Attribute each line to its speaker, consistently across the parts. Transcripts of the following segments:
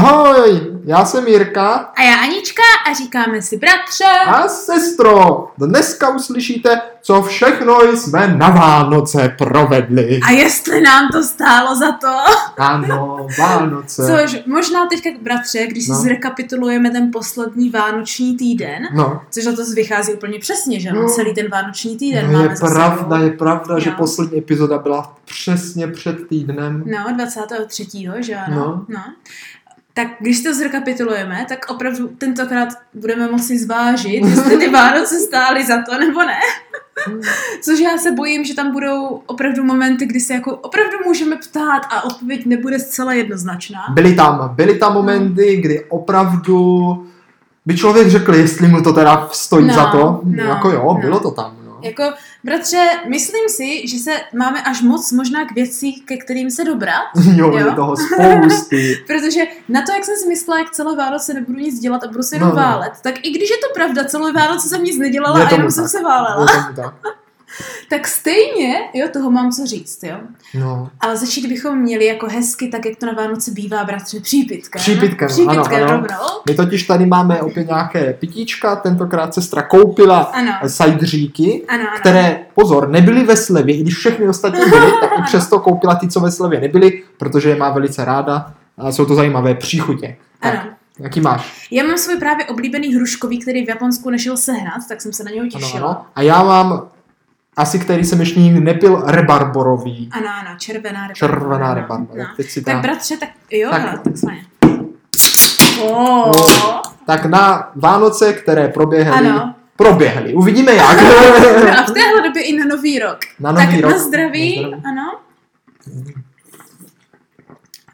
Speaker 1: Ahoj, já jsem Jirka
Speaker 2: A já Anička a říkáme si bratře.
Speaker 1: a sestro. Dneska uslyšíte, co všechno jsme na Vánoce provedli.
Speaker 2: A jestli nám to stálo za to,
Speaker 1: Ano, Vánoce.
Speaker 2: což možná teďka bratře, když si
Speaker 1: No.
Speaker 2: zrekapitulujeme ten poslední vánoční týden,
Speaker 1: No,
Speaker 2: což na to vychází úplně přesně, že ano,
Speaker 1: No.
Speaker 2: celý ten vánoční týden
Speaker 1: no je
Speaker 2: máme za
Speaker 1: pravda,
Speaker 2: sebou.
Speaker 1: je pravda, že
Speaker 2: Jo.
Speaker 1: poslední epizoda byla přesně před týdnem.
Speaker 2: No, 23. že ano.
Speaker 1: No.
Speaker 2: No. no. Tak když to zrekapitulujeme, tak opravdu tentokrát budeme moci zvážit, jestli ty Vánoce stály za to nebo ne. Což já se bojím, že tam budou opravdu momenty, kdy se jako opravdu můžeme ptát a odpověď nebude zcela jednoznačná.
Speaker 1: Byly tam, byly tam momenty, kdy opravdu by člověk řekl, jestli mu to teda stojí
Speaker 2: No,
Speaker 1: za to.
Speaker 2: no,
Speaker 1: jako jo,
Speaker 2: no.
Speaker 1: bylo to tam. No.
Speaker 2: Jako, bratře, myslím si, že se máme až moc možná k věcí, ke kterým se dobrat,
Speaker 1: Jo, je
Speaker 2: Jo.
Speaker 1: toho spousty.
Speaker 2: protože na to, jak jsem si myslela, jak celé Vánoce nebudu nic dělat a budu se jenom
Speaker 1: No, no.
Speaker 2: válet, tak i když je to pravda, celé Vánoce jsem nic nedělala
Speaker 1: Je
Speaker 2: a
Speaker 1: tomu
Speaker 2: jenom jsem
Speaker 1: tak.
Speaker 2: se válela,
Speaker 1: Je tomu tak.
Speaker 2: tak stejně, jo, toho mám co říct, jo.
Speaker 1: No.
Speaker 2: Ale začít bychom měli jako hezky, tak jak to na Vánoce bývá, bratře, přípitkem.
Speaker 1: Přípitkem,
Speaker 2: Přípitkem,
Speaker 1: ano, ano.
Speaker 2: rovnou.
Speaker 1: My totiž tady máme opět nějaké pitíčka, tentokrát sestra koupila
Speaker 2: Ano,
Speaker 1: eh, sajdříky,
Speaker 2: ano, ano.
Speaker 1: které, pozor, nebyly ve slevě, i když všechny ostatní byly, tak i přesto koupila ty, co ve slevě nebyly, protože je má velice ráda a jsou to zajímavé příchutě. Tak,
Speaker 2: Ano.
Speaker 1: Jaký máš?
Speaker 2: Já mám svůj právě oblíbený hruškový, který v Japonsku nešel sehnat, tak jsem se na něho
Speaker 1: Ano,
Speaker 2: těšila.
Speaker 1: ano. A já mám asi, který jsem ještě nikdy nepil, rebarborový.
Speaker 2: Ano, ano, červená ryba.
Speaker 1: Červená rebarbora.
Speaker 2: No.
Speaker 1: Teď si
Speaker 2: Tak
Speaker 1: dám.
Speaker 2: bratře, tak jo,
Speaker 1: Tak.
Speaker 2: tak. takzvaně. Oh.
Speaker 1: No. Tak na Vánoce, které proběhly,
Speaker 2: Ano.
Speaker 1: proběhly. Uvidíme jak.
Speaker 2: A v téhle době i na nový rok.
Speaker 1: Na nový
Speaker 2: tak
Speaker 1: rok.
Speaker 2: na zdraví,
Speaker 1: Na zdraví.
Speaker 2: ano.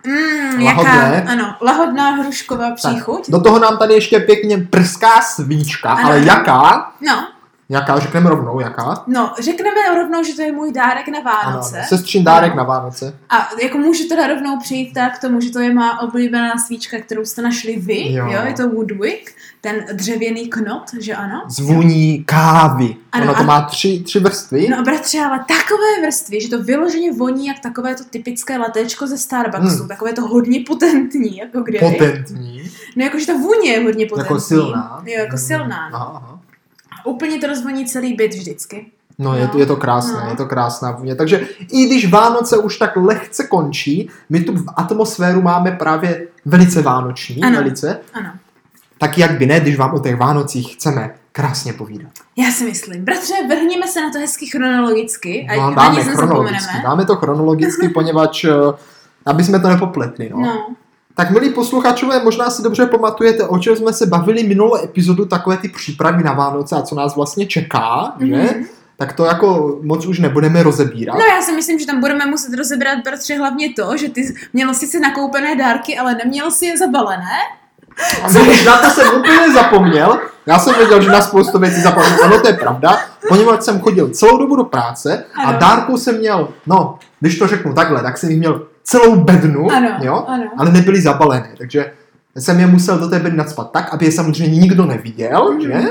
Speaker 2: Mm,
Speaker 1: Lahodné.
Speaker 2: jaká, ano, lahodná hrušková příchuť.
Speaker 1: Do toho nám tady ještě pěkně prská svíčka,
Speaker 2: Ano.
Speaker 1: ale jaká?
Speaker 2: No,
Speaker 1: Jaká, řekneme rovnou, jaká?
Speaker 2: no, řekneme rovnou, že to je můj dárek na Vánoce.
Speaker 1: Ano, sestřin dárek
Speaker 2: Ano.
Speaker 1: na Vánoce.
Speaker 2: A jako můžu teda rovnou přijít tak k tomu, že to je má oblíbená svíčka, kterou jste našli vy,
Speaker 1: Jo.
Speaker 2: jo, jo je to Woodwick, ten dřevěný knot, že ano?
Speaker 1: Zvůní kávy.
Speaker 2: Ano,
Speaker 1: ono to
Speaker 2: a-
Speaker 1: má tři, tři vrstvy.
Speaker 2: No a bratře, ale takové vrstvy, že to vyloženě voní jak takové to typické latečko ze Starbucksu,
Speaker 1: Hmm.
Speaker 2: takové to hodně potentní, jako kdyby.
Speaker 1: Potentní,
Speaker 2: No jakože ta vůně je hodně potentní.
Speaker 1: jako silná. No.
Speaker 2: Jo, jako silná.
Speaker 1: Aha, aha.
Speaker 2: A úplně to rozvoní celý byt vždycky.
Speaker 1: No, je,
Speaker 2: No.
Speaker 1: je to krásné,
Speaker 2: No.
Speaker 1: je to krásná vůně. Takže i když Vánoce už tak lehce končí, my tu atmosféru máme právě velice vánoční,
Speaker 2: Ano.
Speaker 1: velice,
Speaker 2: Ano.
Speaker 1: tak jak by ne, když vám o těch Vánocích chceme krásně povídat.
Speaker 2: Já si myslím. Bratře, vrhněme se na to hezky chronologicky a
Speaker 1: No,
Speaker 2: na
Speaker 1: dáme
Speaker 2: nic
Speaker 1: chronologicky,
Speaker 2: nezapomeneme.
Speaker 1: dáme to chronologicky, poněvadž, eh, aby jsme to nepopletli, no.
Speaker 2: No,
Speaker 1: Tak milí posluchačové, možná si dobře pamatujete, o čem jsme se bavili minulou epizodu, takové ty přípravy na Vánoce a co nás vlastně čeká, že?
Speaker 2: mhm.
Speaker 1: Tak to jako moc už nebudeme rozebírat.
Speaker 2: No já si myslím, že tam budeme muset rozebrat, bratře, hlavně to, že ty měl sice nakoupené dárky, ale neměl si je zabalené.
Speaker 1: A Což na to jsem úplně zapomněl. Já jsem věděl, že na spoustu věcí zapomněl. Ano, to je pravda. Poněvadž jsem chodil celou dobu do práce a
Speaker 2: Ano.
Speaker 1: dárku jsem měl, no, když to řeknu takhle, tak jsem jich měl celou bednu,
Speaker 2: Ano,
Speaker 1: jo?
Speaker 2: ano.
Speaker 1: ale nebyly zabalené, takže jsem je musel do té bedny nadspat tak, aby je samozřejmě nikdo neviděl,
Speaker 2: Mhm.
Speaker 1: že?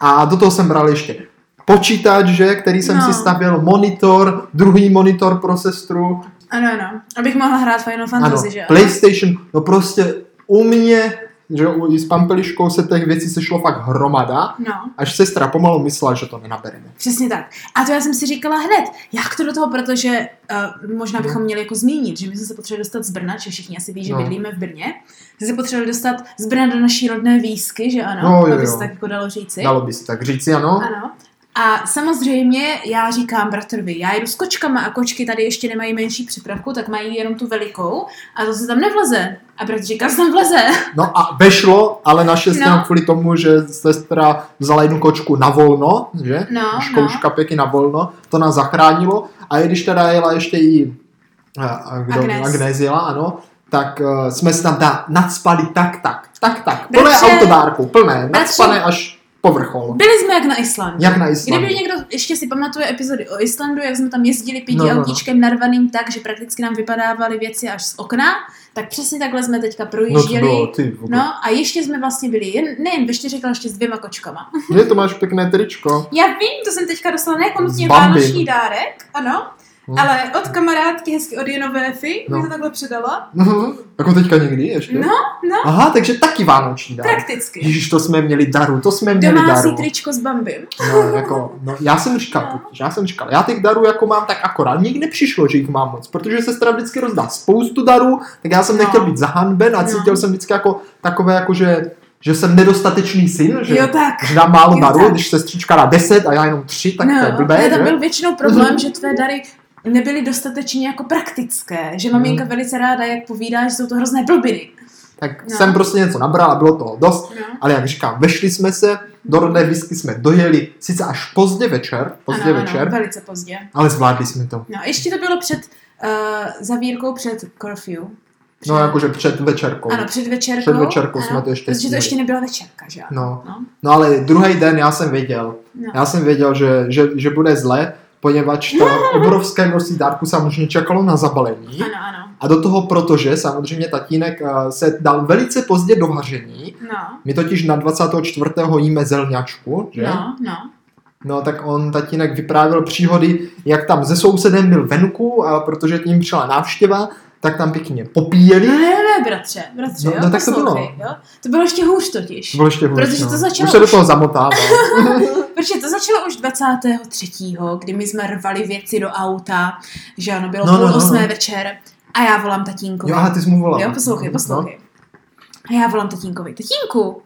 Speaker 1: A do toho jsem bral ještě počítač, že, který jsem
Speaker 2: No.
Speaker 1: si stavěl, monitor, druhý monitor pro sestru,
Speaker 2: Ano, ano. Abych mohla hrát Final Fantasy, že? ano?
Speaker 1: PlayStation, no prostě u mě, že u, i s Pampeliškou se těch věcí sešlo fakt hromada,
Speaker 2: No,
Speaker 1: až sestra pomalu myslela, že to nenabereme.
Speaker 2: přesně tak. A to já jsem si říkala hned, jak to do toho, protože uh, možná bychom měli jako zmínit, že my jsme se potřebovali dostat z Brna, že všichni asi ví, že
Speaker 1: No.
Speaker 2: bydlíme v Brně, že se potřebovali dostat z Brna do naší rodné výsky, že ano?
Speaker 1: No, jo,
Speaker 2: to by
Speaker 1: jo.
Speaker 2: se tak jako dalo říci.
Speaker 1: Dalo by se tak říci, ano?
Speaker 2: Ano. A samozřejmě já říkám bratrovi, já jedu s kočkama a kočky tady ještě nemají menší připravku, tak mají jenom tu velikou a to se tam nevleze. A bratr říká, že tam vleze.
Speaker 1: No a vešlo, ale naše no.
Speaker 2: No.
Speaker 1: kvůli tomu, že sestra vzala jednu kočku na volno, že?
Speaker 2: No, no.
Speaker 1: Škouška pěky na volno, to nás zachránilo. A i když teda jela ještě i a, a kdo,
Speaker 2: Agnes.
Speaker 1: Agnes jela, ano, tak uh, jsme se tam ta, nadspali tak, tak, tak, tak. Plné
Speaker 2: Bratře-
Speaker 1: autodárku, plné,
Speaker 2: bratře-
Speaker 1: nadspané až povrchol.
Speaker 2: Byli jsme jak na Islandu.
Speaker 1: Jak na Islandu.
Speaker 2: Kdyby někdo ještě si pamatuje epizody o Islandu, jak jsme tam jezdili pidi
Speaker 1: No,
Speaker 2: no,
Speaker 1: no, no.
Speaker 2: autíčkem narvaným tak, že prakticky nám vypadávaly věci až z okna, tak přesně takhle jsme teďka
Speaker 1: No to
Speaker 2: projížděli.
Speaker 1: bylo, ty vůbec.
Speaker 2: No a ještě jsme vlastně byli jen, nejen ve čtyřech, ale ještě s dvěma kočkama.
Speaker 1: Je, to máš pěkné tričko.
Speaker 2: Já vím, to jsem teďka dostala ne jako
Speaker 1: Z
Speaker 2: nutně
Speaker 1: Bambi.
Speaker 2: vánoční dárek, ano,
Speaker 1: Hm.
Speaker 2: Ale od kamarádky hezky od Jenové Fy no.
Speaker 1: No.
Speaker 2: mi to takhle předala.
Speaker 1: Mhm. Jako teďka někdy ještě?
Speaker 2: No, no.
Speaker 1: Aha, takže taky vánoční dárek.
Speaker 2: Prakticky.
Speaker 1: Ježíš, to jsme měli daru, to jsme měli
Speaker 2: Domácí
Speaker 1: daru.
Speaker 2: tričko s Bambim.
Speaker 1: No, jako, no, já jsem říkal, totiž, já jsem říkal, já těch darů jako mám tak akorát, nikdy nepřišlo, že jich mám moc, protože sestra vždycky rozdá spoustu darů, tak já jsem
Speaker 2: No.
Speaker 1: nechtěl být zahanben a
Speaker 2: No.
Speaker 1: cítil jsem vždycky jako takové, jako že, že jsem nedostatečný syn, že,
Speaker 2: Jo, tak.
Speaker 1: že dám málo
Speaker 2: Jo,
Speaker 1: darů,
Speaker 2: tak.
Speaker 1: když sestřička dá 10 a já jenom 3, tak to je
Speaker 2: No, ale
Speaker 1: blbé,
Speaker 2: tam
Speaker 1: že?
Speaker 2: byl většinou problém, že tvé dary nebyly dostatečně jako praktické, že maminka
Speaker 1: Hmm.
Speaker 2: velice ráda, jak povídá, že jsou to hrozné blbiny.
Speaker 1: Tak
Speaker 2: No.
Speaker 1: jsem prostě něco nabral a bylo toho dost,
Speaker 2: No.
Speaker 1: Ale jak říkám, vešli jsme se, do rodné whisky jsme dojeli, sice až pozdě večer, pozdě
Speaker 2: ano,
Speaker 1: večer,
Speaker 2: Ano, velice pozdě.
Speaker 1: ale zvládli jsme to.
Speaker 2: No, ještě to bylo před uh, zavírkou, před curfew. Před-
Speaker 1: No jakože před večerkou.
Speaker 2: Ano, před večerkou.
Speaker 1: Před večerkou
Speaker 2: ano,
Speaker 1: jsme to ještě
Speaker 2: Protože to
Speaker 1: stihli.
Speaker 2: ještě nebyla večerka, že jo?
Speaker 1: No.
Speaker 2: No.
Speaker 1: no ale druhý den já jsem věděl,
Speaker 2: No.
Speaker 1: já jsem věděl, že, že, že bude zle, poněvadž to obrovské množství dárku samozřejmě čekalo na zabalení.
Speaker 2: no, Ano, ano.
Speaker 1: A do toho, protože samozřejmě tatínek eh, se dal velice pozdě do vaření,
Speaker 2: No.
Speaker 1: my totiž na 24. jíme zelňačku, že?
Speaker 2: No, no.
Speaker 1: No tak on tatínek vyprávěl příhody, jak tam se sousedem byl venku a protože k ním přišla návštěva, tak tam pěkně popíjeli.
Speaker 2: No, Ne, ne, ne, bratře, bratře,
Speaker 1: No,
Speaker 2: jo,
Speaker 1: no, tak to bylo.
Speaker 2: poslouchej, Jo? To bylo ještě hůř totiž.
Speaker 1: To bylo ještě hůř,
Speaker 2: Protože to
Speaker 1: no.
Speaker 2: začalo
Speaker 1: Už se do
Speaker 2: už-
Speaker 1: toho zamotával.
Speaker 2: Protože to začalo už 23., kdy my jsme rvali věci do auta, že ano, bylo
Speaker 1: No, no,
Speaker 2: půl
Speaker 1: no, no.
Speaker 2: osmé večer a já volám tatínkovi.
Speaker 1: jo, aha, ty jsi mu No, volal.
Speaker 2: jo poslouchej, poslouchej. A já volám tatínkovi. Tatínku,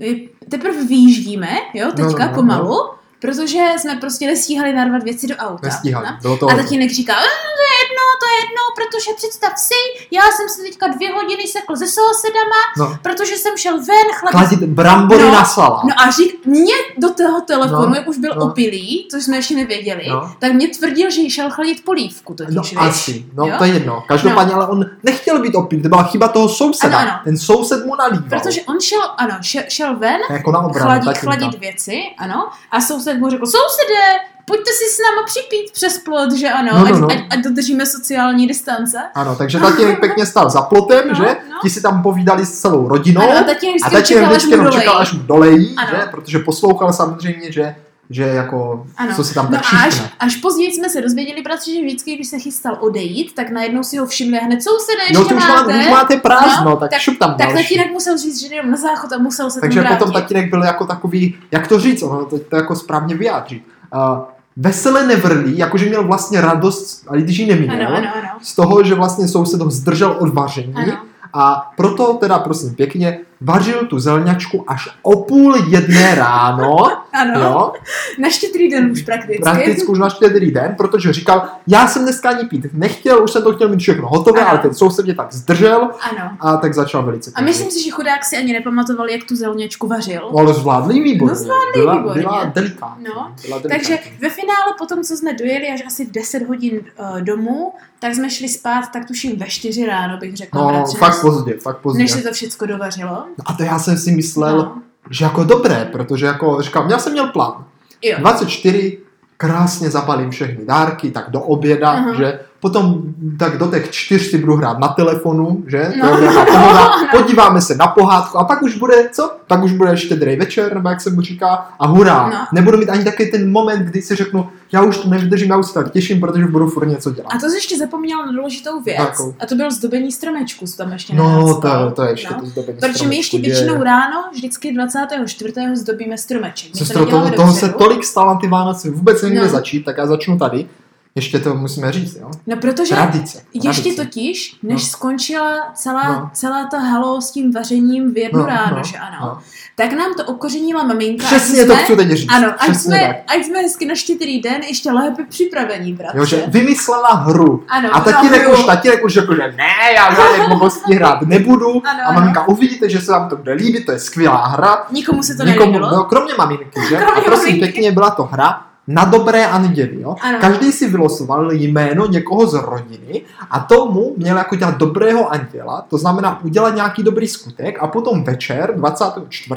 Speaker 2: my teprve vyjíždíme, jo,
Speaker 1: No, no,
Speaker 2: teďka
Speaker 1: no,
Speaker 2: pomalu, protože jsme prostě nestíhali narvat věci do auta.
Speaker 1: Nestíhali,
Speaker 2: No.
Speaker 1: bylo to
Speaker 2: A tatínek říká, "Eh, to je jedno, to je jedno, protože představ si, já jsem se teďka dvě hodiny sekl se sousedama,
Speaker 1: No.
Speaker 2: protože jsem šel ven, chlap
Speaker 1: Kladit brambory
Speaker 2: No,
Speaker 1: na salát.
Speaker 2: No a řík, mě do toho telefonu,
Speaker 1: No,
Speaker 2: jak už byl
Speaker 1: no.
Speaker 2: opilý, což jsme ještě nevěděli,
Speaker 1: No.
Speaker 2: tak mě tvrdil, že šel chladit polívku
Speaker 1: No,
Speaker 2: totiž, víš?
Speaker 1: asi, no
Speaker 2: Jo? No.
Speaker 1: to je jedno. Každopádně, ale on nechtěl být opilý, to byla chyba toho souseda.
Speaker 2: Ano, ano.
Speaker 1: Ten soused mu nalíval.
Speaker 2: Protože on šel, ano, šel, šel ven
Speaker 1: To je Jako na obranu,
Speaker 2: chladit,
Speaker 1: tatínka.
Speaker 2: chladit věci, ano, a soused mu řekl, sousede, pojďte si s náma připít přes plot, že ano,
Speaker 1: No, no, no.
Speaker 2: Ať, ať, ať dodržíme sociální distance.
Speaker 1: Ano, takže tatínek pěkně stál za plotem,
Speaker 2: No,
Speaker 1: že?
Speaker 2: no.
Speaker 1: Ti si tam povídali s celou rodinou.
Speaker 2: ano, a tatínek
Speaker 1: A
Speaker 2: vždycky
Speaker 1: taky
Speaker 2: čekal, až
Speaker 1: vždycky
Speaker 2: mu
Speaker 1: jenom
Speaker 2: dolejí.
Speaker 1: čekal, až mu dolejí,
Speaker 2: Ano.
Speaker 1: že? Protože poslouchal samozřejmě, že, že jako,
Speaker 2: Ano.
Speaker 1: ano. co si tam
Speaker 2: No
Speaker 1: tak
Speaker 2: a až,
Speaker 1: šípne.
Speaker 2: až později jsme se dozvěděli, bratře, že vždycky, když se chystal odejít, tak najednou si ho všimli a hned sousede, ještě
Speaker 1: Jo, No, to už,
Speaker 2: máte. no,
Speaker 1: má, už máte prázdno, tak,
Speaker 2: tak-
Speaker 1: šup tam
Speaker 2: Tak
Speaker 1: další.
Speaker 2: tatínek musel říct, že jdem na záchod a musel se
Speaker 1: Takže
Speaker 2: tam vrátit.
Speaker 1: potom tatínek byl jako takový, jak to říct, ono to, to jako správně vyjádří. Uh, vesele nevrlí, jakože měl vlastně radost, ale když ji neměl,
Speaker 2: Ano, ano, ano.
Speaker 1: z toho, že vlastně soused ho zdržel od vaření
Speaker 2: Ano,
Speaker 1: a proto teda prosím pěkně vařil tu zelňačku až o půl jedné ráno,
Speaker 2: ano.
Speaker 1: jo,
Speaker 2: Na štědrý den už prakticky.
Speaker 1: prakticky už na štědrý den, protože říkal, já jsem dneska ani pít nechtěl, už jsem to chtěl mít všechno hotové,
Speaker 2: Ano.
Speaker 1: ale ten soused mě tak zdržel
Speaker 2: Ano.
Speaker 1: a tak začal velice.
Speaker 2: A myslím si, že chudák si ani nepamatoval, jak tu zelněčku vařil.
Speaker 1: No, ale zvládli výborně.
Speaker 2: No,
Speaker 1: zvládli byla,
Speaker 2: výborně.
Speaker 1: Byla delikátní.
Speaker 2: No,
Speaker 1: byla delikátní.
Speaker 2: Takže ve finále potom, co jsme dojeli až asi v 10 hodin uh, domů, tak jsme šli spát, tak tuším ve 4 ráno, bych řekla.
Speaker 1: No,
Speaker 2: bratře,
Speaker 1: fakt pozdě, fakt pozdě.
Speaker 2: než se to všechno dovařilo.
Speaker 1: A to já jsem si myslel,
Speaker 2: No.
Speaker 1: že jako dobré, protože jako říkám, já jsem měl plán.
Speaker 2: Jo.
Speaker 1: 24, krásně zapalím všechny dárky, tak do oběda,
Speaker 2: Aha.
Speaker 1: že potom tak do těch čtyř si budu hrát na telefonu, že?
Speaker 2: No.
Speaker 1: To je nějaká pohoda. Podíváme se na pohádku a pak už bude, co? Pak už bude štědrý večer, nebo jak se mu říká, a hurá.
Speaker 2: No.
Speaker 1: Nebudu mít ani takový ten moment, kdy si řeknu, já už to nevydržím, já už se tak těším, protože budu furt něco dělat.
Speaker 2: A to jsi ještě zapomněl na důležitou věc.
Speaker 1: Jakou?
Speaker 2: A to bylo zdobení stromečku, jsi tam ještě
Speaker 1: No,
Speaker 2: nenaspal.
Speaker 1: to, to je ještě
Speaker 2: No.
Speaker 1: to zdobení
Speaker 2: Protože my
Speaker 1: stromečku,
Speaker 2: ještě
Speaker 1: je.
Speaker 2: většinou ráno, vždycky 24. zdobíme stromeček. My
Speaker 1: Sestro, toho,
Speaker 2: neděláme
Speaker 1: toho se
Speaker 2: dopředu.
Speaker 1: tolik stalo na ty Vánoce, vůbec nevím, kde
Speaker 2: No.
Speaker 1: začít, tak já začnu tady. Ještě to musíme říct, jo?
Speaker 2: No protože
Speaker 1: Tradice.
Speaker 2: ještě
Speaker 1: tradice.
Speaker 2: totiž, než
Speaker 1: No.
Speaker 2: skončila celá,
Speaker 1: No.
Speaker 2: celá ta halo s tím vařením v jednu
Speaker 1: No,
Speaker 2: ráno,
Speaker 1: no,
Speaker 2: že ano,
Speaker 1: no.
Speaker 2: tak nám to okořenila maminka. až
Speaker 1: Přesně
Speaker 2: jsme,
Speaker 1: to chci teď říct.
Speaker 2: Ano, ať
Speaker 1: Přesně
Speaker 2: jsme,
Speaker 1: tak.
Speaker 2: ať jsme hezky na štědrý den ještě lépe připravení, bratře.
Speaker 1: Jo, že vymyslela hru,
Speaker 2: Ano,
Speaker 1: A jako tatínek
Speaker 2: no,
Speaker 1: už, tatínek už řekl, že ne, já žádné blbosti hrát nebudu.
Speaker 2: Ano,
Speaker 1: a maminka, uvidíte, že se vám to bude líbit, to je skvělá hra.
Speaker 2: Nikomu se to
Speaker 1: Nikomu,
Speaker 2: nelíbilo.
Speaker 1: no, kromě maminky, že?
Speaker 2: Kromě
Speaker 1: a prosím,
Speaker 2: maminky.
Speaker 1: pěkně byla to hra na dobré a neděli, jo?
Speaker 2: Ano.
Speaker 1: Každý si vylosoval jméno někoho z rodiny a tomu měl jako dělat dobrého anděla, to znamená udělat nějaký dobrý skutek a potom večer 24.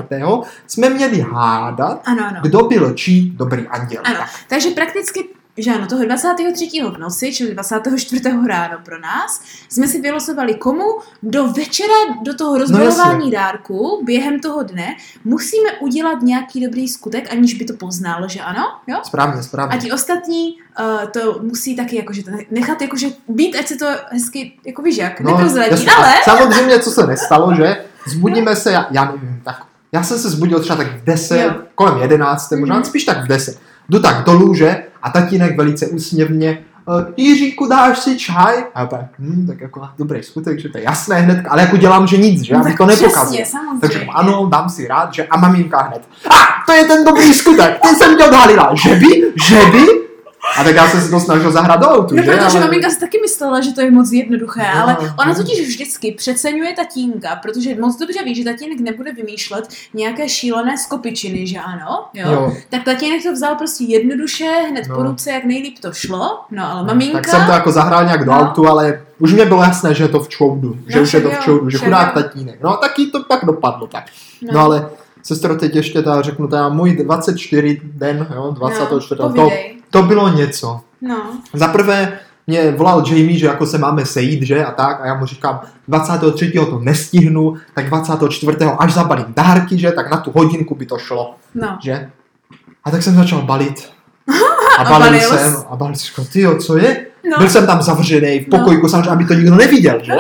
Speaker 1: jsme měli hádat,
Speaker 2: Ano, ano.
Speaker 1: kdo byl čí dobrý anděl.
Speaker 2: Ano. Takže prakticky že ano, toho 23. v noci, čili 24. ráno pro nás, jsme si vylosovali komu do večera, do toho rozdělování no, dárku, během toho dne, musíme udělat nějaký dobrý skutek, aniž by to poználo, že ano? Jo?
Speaker 1: Správně, správně.
Speaker 2: A ti ostatní uh, to musí taky jakože to nechat jakože být, ať se to hezky, jako víš jak, no, neprozradí,
Speaker 1: jasně.
Speaker 2: ale...
Speaker 1: A samozřejmě, co se nestalo, že zbudíme se, já, já nevím, tak já jsem se zbudil třeba tak v 10,
Speaker 2: Jo.
Speaker 1: kolem 11, možná
Speaker 2: Mhm.
Speaker 1: spíš tak v 10. Jdu tak do lůže a tatínek velice úsměvně "E, Jiříku, dáš si čaj? A já tak, hm, tak jako dobrý skutek, že to je jasné hned, ale jako dělám, že nic, že já bych to nepokazil.
Speaker 2: No, Přesně, samozřejmě.
Speaker 1: Takže jako, ano, dám si rád, že a maminka hned. A to je ten dobrý skutek, ten jsem tě odhalila, že by, že by? A tak já jsem se to snažil zahrát do autu,
Speaker 2: No,
Speaker 1: že?
Speaker 2: protože
Speaker 1: Ale-
Speaker 2: maminka si taky myslela, že to je moc jednoduché,
Speaker 1: No,
Speaker 2: ale ona
Speaker 1: no.
Speaker 2: totiž vždycky přeceňuje tatínka, protože moc dobře ví, že tatínek nebude vymýšlet nějaké šílené skopičiny, že ano? Jo.
Speaker 1: Jo,
Speaker 2: Tak tatínek to vzal prostě jednoduše, hned
Speaker 1: No.
Speaker 2: po ruce, jak nejlíp to šlo. No ale
Speaker 1: Tak jsem to
Speaker 2: maminka,
Speaker 1: jako zahrál nějak do
Speaker 2: No.
Speaker 1: autu, ale už mě bylo jasné, že je to v čoudu, že
Speaker 2: No,
Speaker 1: už je to v
Speaker 2: však jo,
Speaker 1: čoudu, že
Speaker 2: však
Speaker 1: chudák
Speaker 2: jo.
Speaker 1: tatínek. No taky to tak dopadlo tak. No, ale sestro, teď ještě ta řeknu, ta můj 24 den, jo, 24.
Speaker 2: no,
Speaker 1: to,
Speaker 2: povídej.
Speaker 1: to bylo něco.
Speaker 2: No,
Speaker 1: Za prvé mě volal Jamie, že jako se máme sejít, že a tak, a já mu říkám, 23. to nestihnu, tak 24. až zabalím dárky, že, tak na tu hodinku by to šlo,
Speaker 2: no.
Speaker 1: že? A tak jsem začal balit. A
Speaker 2: A
Speaker 1: balil
Speaker 2: balil
Speaker 1: jsem,
Speaker 2: jsi.
Speaker 1: a balil jsem, tyjo, co je?
Speaker 2: No,
Speaker 1: Byl jsem tam zavřený v pokojku, samozřejmě, aby to nikdo neviděl, že?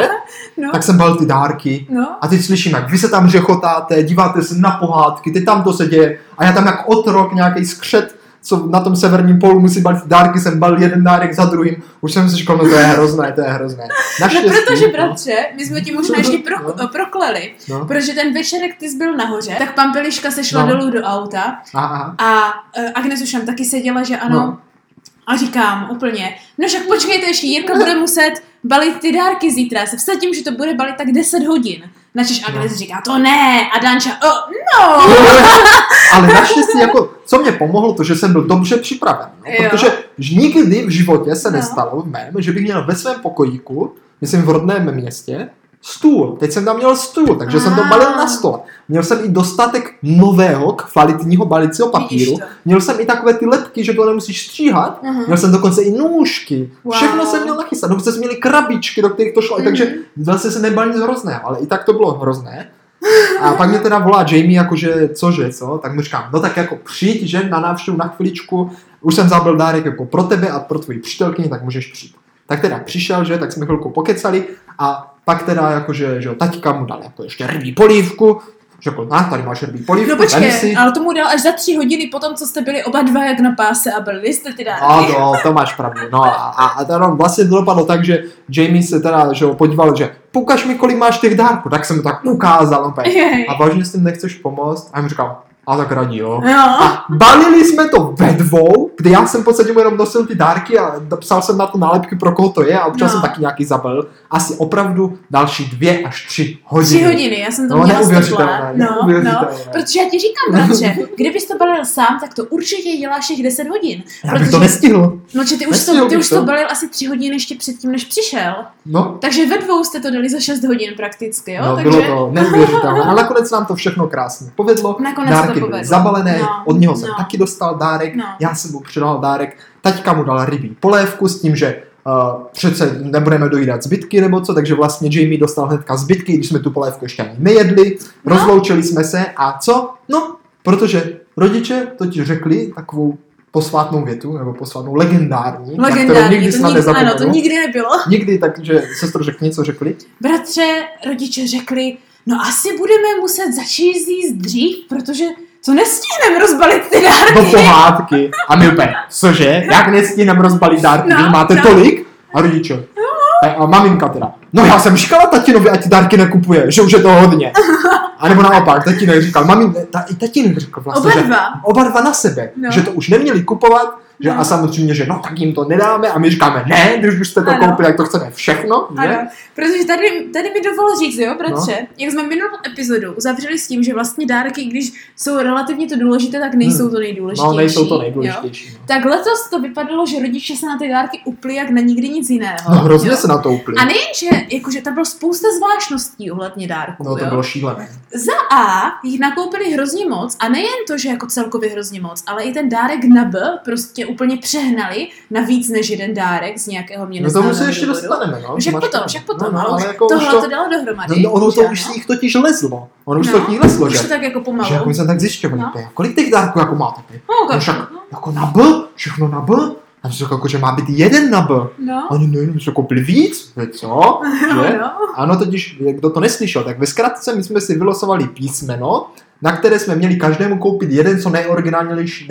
Speaker 2: no,
Speaker 1: Tak jsem bal ty dárky.
Speaker 2: no.
Speaker 1: A teď slyším, jak vy se tam řechotáte, díváte se na pohádky, teď tam to se děje. A já tam jak otrok, nějaký skřet, co na tom severním polu musí balit ty dárky, jsem bal jeden dárek za druhým. Už jsem si říkal, no to je hrozné, to je hrozné.
Speaker 2: No,
Speaker 1: Naštěstí,
Speaker 2: protože,
Speaker 1: no,
Speaker 2: bratře, my jsme ti možná ještě pro,
Speaker 1: No.
Speaker 2: prokleli,
Speaker 1: no.
Speaker 2: protože ten večerek ty jsi byl nahoře, tak pampeliška se šla
Speaker 1: No.
Speaker 2: dolů do auta
Speaker 1: Aha, aha.
Speaker 2: A uh, Agnes už tam taky seděla, že ano.
Speaker 1: No.
Speaker 2: No. A říkám úplně, no však počkejte ještě, Jirka bude muset balit ty dárky zítra. Já Se vsadím, že to bude balit tak 10 hodin. Načež Agnes
Speaker 1: No.
Speaker 2: říká, to ne. A Danča, oh, no.
Speaker 1: Ale naštěstí, jako, co mě pomohlo, to, že jsem byl dobře připraven. No,
Speaker 2: Jo.
Speaker 1: protože ž- nikdy v životě se
Speaker 2: No.
Speaker 1: nestalo v mém, že bych měl ve svém pokojíku, myslím v rodném městě, stůl. Teď jsem tam měl stůl, takže jsem to
Speaker 2: Ah.
Speaker 1: balil na stole. Měl jsem i dostatek nového kvalitního balicího papíru.
Speaker 2: Vidíš to.
Speaker 1: Měl jsem i takové ty lepky, že to nemusíš stříhat.
Speaker 2: Aha.
Speaker 1: Měl jsem dokonce i nůžky.
Speaker 2: Wow.
Speaker 1: Všechno jsem měl nachystat. Dokonce jsme měli krabičky, do kterých to šlo. Mm-hmm. Takže
Speaker 2: Mhm.
Speaker 1: zase se nebal nic hrozného, ale i tak to bylo hrozné. A pak mě teda volá Jamie, jakože cože, co? Tak mu říkám, no tak jako přijď, že na návštěvu na chviličku, už jsem zabil dárek jako pro tebe a pro tvoji přítelkyni, tak můžeš přijít. Tak teda přišel, že, tak jsme chvilku pokecali a pak teda jakože, že jo, taťka mu dal jako ještě rybí polívku, řekl, na, tady máš rybí polívku,
Speaker 2: No
Speaker 1: vem si.
Speaker 2: počkej, ale tomu dal až za tři hodiny potom, co jste byli oba dva jak na páse a byli jste ty dárky.
Speaker 1: A no, to máš pravdu. No a, a, a teda vlastně to dopadlo tak, že Jamie se teda že jo, podíval, že pokaž mi, kolik máš těch dárků, tak jsem mu tak ukázal. on pak,
Speaker 2: Jej.
Speaker 1: A vážně s tím nechceš pomoct? A já mu říkal, a tak radí, jo.
Speaker 2: Jo.
Speaker 1: A balili jsme to ve dvou, kdy já jsem v podstatě mu jenom nosil ty dárky a psal jsem na to nálepky, pro koho to je a občas
Speaker 2: No.
Speaker 1: jsem taky nějaký zabil. Asi opravdu další dvě až tři hodiny.
Speaker 2: Tři hodiny, já jsem to
Speaker 1: No,
Speaker 2: měla
Speaker 1: neuvěřitelné,
Speaker 2: stopla. No, no,
Speaker 1: neuvěřitelné.
Speaker 2: protože já ti říkám, bratře, kdybys to balil sám, tak to určitě děláš těch 10 hodin.
Speaker 1: Já bych to
Speaker 2: protože-
Speaker 1: nestihl.
Speaker 2: No, že ty už,
Speaker 1: Nestihl
Speaker 2: to, ty
Speaker 1: bych
Speaker 2: už to
Speaker 1: to.
Speaker 2: balil asi tři hodiny ještě předtím, než přišel.
Speaker 1: No,
Speaker 2: Takže ve dvou jste to dali za 6 hodin prakticky, jo?
Speaker 1: no
Speaker 2: Takže...
Speaker 1: bylo to neuvěřitelné. Ale nakonec nám to všechno krásně povedlo.
Speaker 2: Nakonec se
Speaker 1: Dárky
Speaker 2: to
Speaker 1: byly
Speaker 2: povedlo.
Speaker 1: zabalené,
Speaker 2: No,
Speaker 1: od něho jsem
Speaker 2: no.
Speaker 1: taky dostal dárek,
Speaker 2: No.
Speaker 1: já jsem mu přidal dárek, taťka mu dala rybí polévku s tím, že uh, přece nebudeme dojídat zbytky nebo co, takže vlastně Jamie dostal hnedka zbytky, když jsme tu polévku ještě ani nejedli,
Speaker 2: No.
Speaker 1: rozloučili jsme se a co? No, protože rodiče totiž řekli takovou posvátnou větu, nebo posvátnou legendární, na kterou
Speaker 2: Legendární,
Speaker 1: nikdy
Speaker 2: to
Speaker 1: snad
Speaker 2: nikdy, ano, to
Speaker 1: nezapomenu.
Speaker 2: nikdy nebylo.
Speaker 1: Nikdy, takže sestro řekni, co řekli.
Speaker 2: Bratře, rodiče řekli, no asi budeme muset začít jíst dřív, protože to nestihneme rozbalit ty dárky.
Speaker 1: do pohádky. A my úplně, cože? Jak nestihnem rozbalit dárky?
Speaker 2: No,
Speaker 1: Vy máte
Speaker 2: no.
Speaker 1: tolik? A rodiče. A, a maminka teda. No já jsem říkala tatinovi, ať dárky nekupuje, že už je to hodně. A nebo naopak, tatínek říkal, mamin, ta, i tatínek řekl vlastně,
Speaker 2: Oba
Speaker 1: že
Speaker 2: dva.
Speaker 1: oba dva na sebe,
Speaker 2: No.
Speaker 1: že to už neměli kupovat, že
Speaker 2: No.
Speaker 1: a samozřejmě, že no tak jim to nedáme a my říkáme ne, když už jste to
Speaker 2: Ano.
Speaker 1: koupili, jak to chceme všechno, že? No,
Speaker 2: Ano, protože tady, tady mi dovol říct, jo, bratře, no. jak jsme minulou epizodu uzavřeli s tím, že vlastně dárky, když jsou relativně to důležité, tak nejsou
Speaker 1: Hmm.
Speaker 2: to nejdůležitější.
Speaker 1: No nejsou to
Speaker 2: jo.
Speaker 1: nejdůležitější. No.
Speaker 2: Tak letos to vypadalo, že rodiče se na ty dárky upli jak na nikdy nic jiného.
Speaker 1: No hrozně
Speaker 2: jo.
Speaker 1: se na to upli.
Speaker 2: A nejenže, jakože tam bylo spousta zvláštností ohledně dárků.
Speaker 1: No to
Speaker 2: jo?
Speaker 1: bylo šílené.
Speaker 2: Za A jich nakoupili hrozně moc a nejen to, že jako celkově hrozně moc, ale i ten dárek na B prostě úplně přehnali na víc než jeden dárek z nějakého mě
Speaker 1: No to
Speaker 2: neznámého
Speaker 1: se ještě
Speaker 2: důvodu.
Speaker 1: dostaneme, no.
Speaker 2: Však
Speaker 1: Máš
Speaker 2: potom,
Speaker 1: pravdu.
Speaker 2: však potom,
Speaker 1: No, no,
Speaker 2: ale už
Speaker 1: ale jako už
Speaker 2: tohle
Speaker 1: to,
Speaker 2: to dalo
Speaker 1: no,
Speaker 2: dohromady.
Speaker 1: no, ono to
Speaker 2: že
Speaker 1: už z
Speaker 2: ano?
Speaker 1: nich totiž lezlo. Ono už
Speaker 2: No,
Speaker 1: to k ní lezlo,
Speaker 2: Už to
Speaker 1: že?
Speaker 2: tak jako
Speaker 1: Že
Speaker 2: pomalu.
Speaker 1: jako my jsme tak zjišťovali,
Speaker 2: No.
Speaker 1: no. kolik těch dárků jako máte? ty?
Speaker 2: No,
Speaker 1: No,
Speaker 2: jako-
Speaker 1: však jako na B, všechno na B. A my jsme jako, že má být jeden na B.
Speaker 2: No,
Speaker 1: Oni ne, my jsme koupili víc, že co? Že?
Speaker 2: no.
Speaker 1: Ano, totiž, kdo to neslyšel, tak ve zkratce my jsme si vylosovali písmeno, na které jsme měli každému koupit jeden co nejoriginálnější,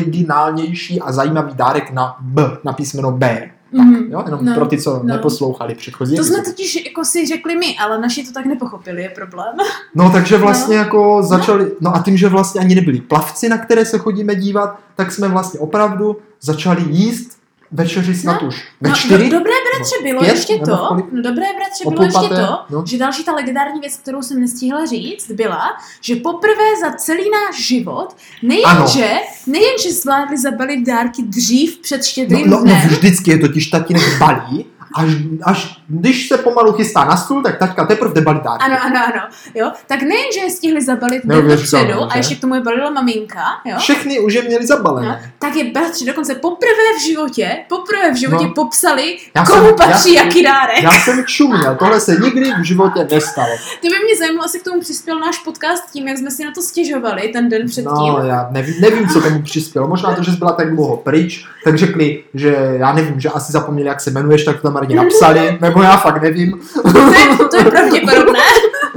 Speaker 1: nejoriginálnější a zajímavý dárek na B, na písmeno B.
Speaker 2: Mhm.
Speaker 1: Jo? Jenom
Speaker 2: No,
Speaker 1: no, pro ty, co
Speaker 2: no.
Speaker 1: no. neposlouchali předchozí.
Speaker 2: To jsme
Speaker 1: epizody.
Speaker 2: totiž jako si řekli my, ale naši to tak nepochopili, je problém.
Speaker 1: No, takže vlastně jako začali, no a tím, že vlastně ani nebyli plavci, na které se chodíme dívat, tak jsme vlastně opravdu začali jíst večeři snad
Speaker 2: No,
Speaker 1: už ve
Speaker 2: no,
Speaker 1: čtyři.
Speaker 2: do, dobré bratře bylo
Speaker 1: pět,
Speaker 2: ještě
Speaker 1: nebo
Speaker 2: to,
Speaker 1: kolik?
Speaker 2: no dobré bratře
Speaker 1: O
Speaker 2: bylo
Speaker 1: půl
Speaker 2: ještě
Speaker 1: páté,
Speaker 2: to,
Speaker 1: no.
Speaker 2: že další ta legendární věc, kterou jsem nestihla říct, byla, že poprvé za celý náš život nejenže, nejenže zvládli zabalit dárky dřív před
Speaker 1: No,
Speaker 2: štědrým
Speaker 1: no, no,
Speaker 2: dnem,
Speaker 1: vždycky je totiž tatínek balí, až, až když se pomalu chystá na stůl, tak taťka teprve debalí dárky.
Speaker 2: ano, ano, ano, jo, tak nejenže je stihli zabalit den
Speaker 1: Neuvěřitelné,
Speaker 2: dopředu a
Speaker 1: že?
Speaker 2: ještě k tomu je balila maminka, jo,
Speaker 1: Všechny už je měli
Speaker 2: No,
Speaker 1: zabalené.
Speaker 2: tak je bratři dokonce poprvé v životě, poprvé v životě
Speaker 1: No.
Speaker 2: popsali,
Speaker 1: Já
Speaker 2: komu
Speaker 1: jsem-
Speaker 2: patří
Speaker 1: já-
Speaker 2: jaký dárek.
Speaker 1: Já jsem čuměl, tohle se nikdy v životě nestalo.
Speaker 2: To by mě zajímalo, jestli k tomu přispěl náš podcast tím, jak jsme si na to stěžovali ten den předtím.
Speaker 1: No, já nevím, nevím, co tomu přispělo. Možná to, že jsi byla tak dlouho pryč, tak řekli, že já nevím, že asi zapomněli, jak se jmenuješ, tak to tam marně napsali, nebo já fakt nevím.
Speaker 2: To, je, to je pravděpodobné.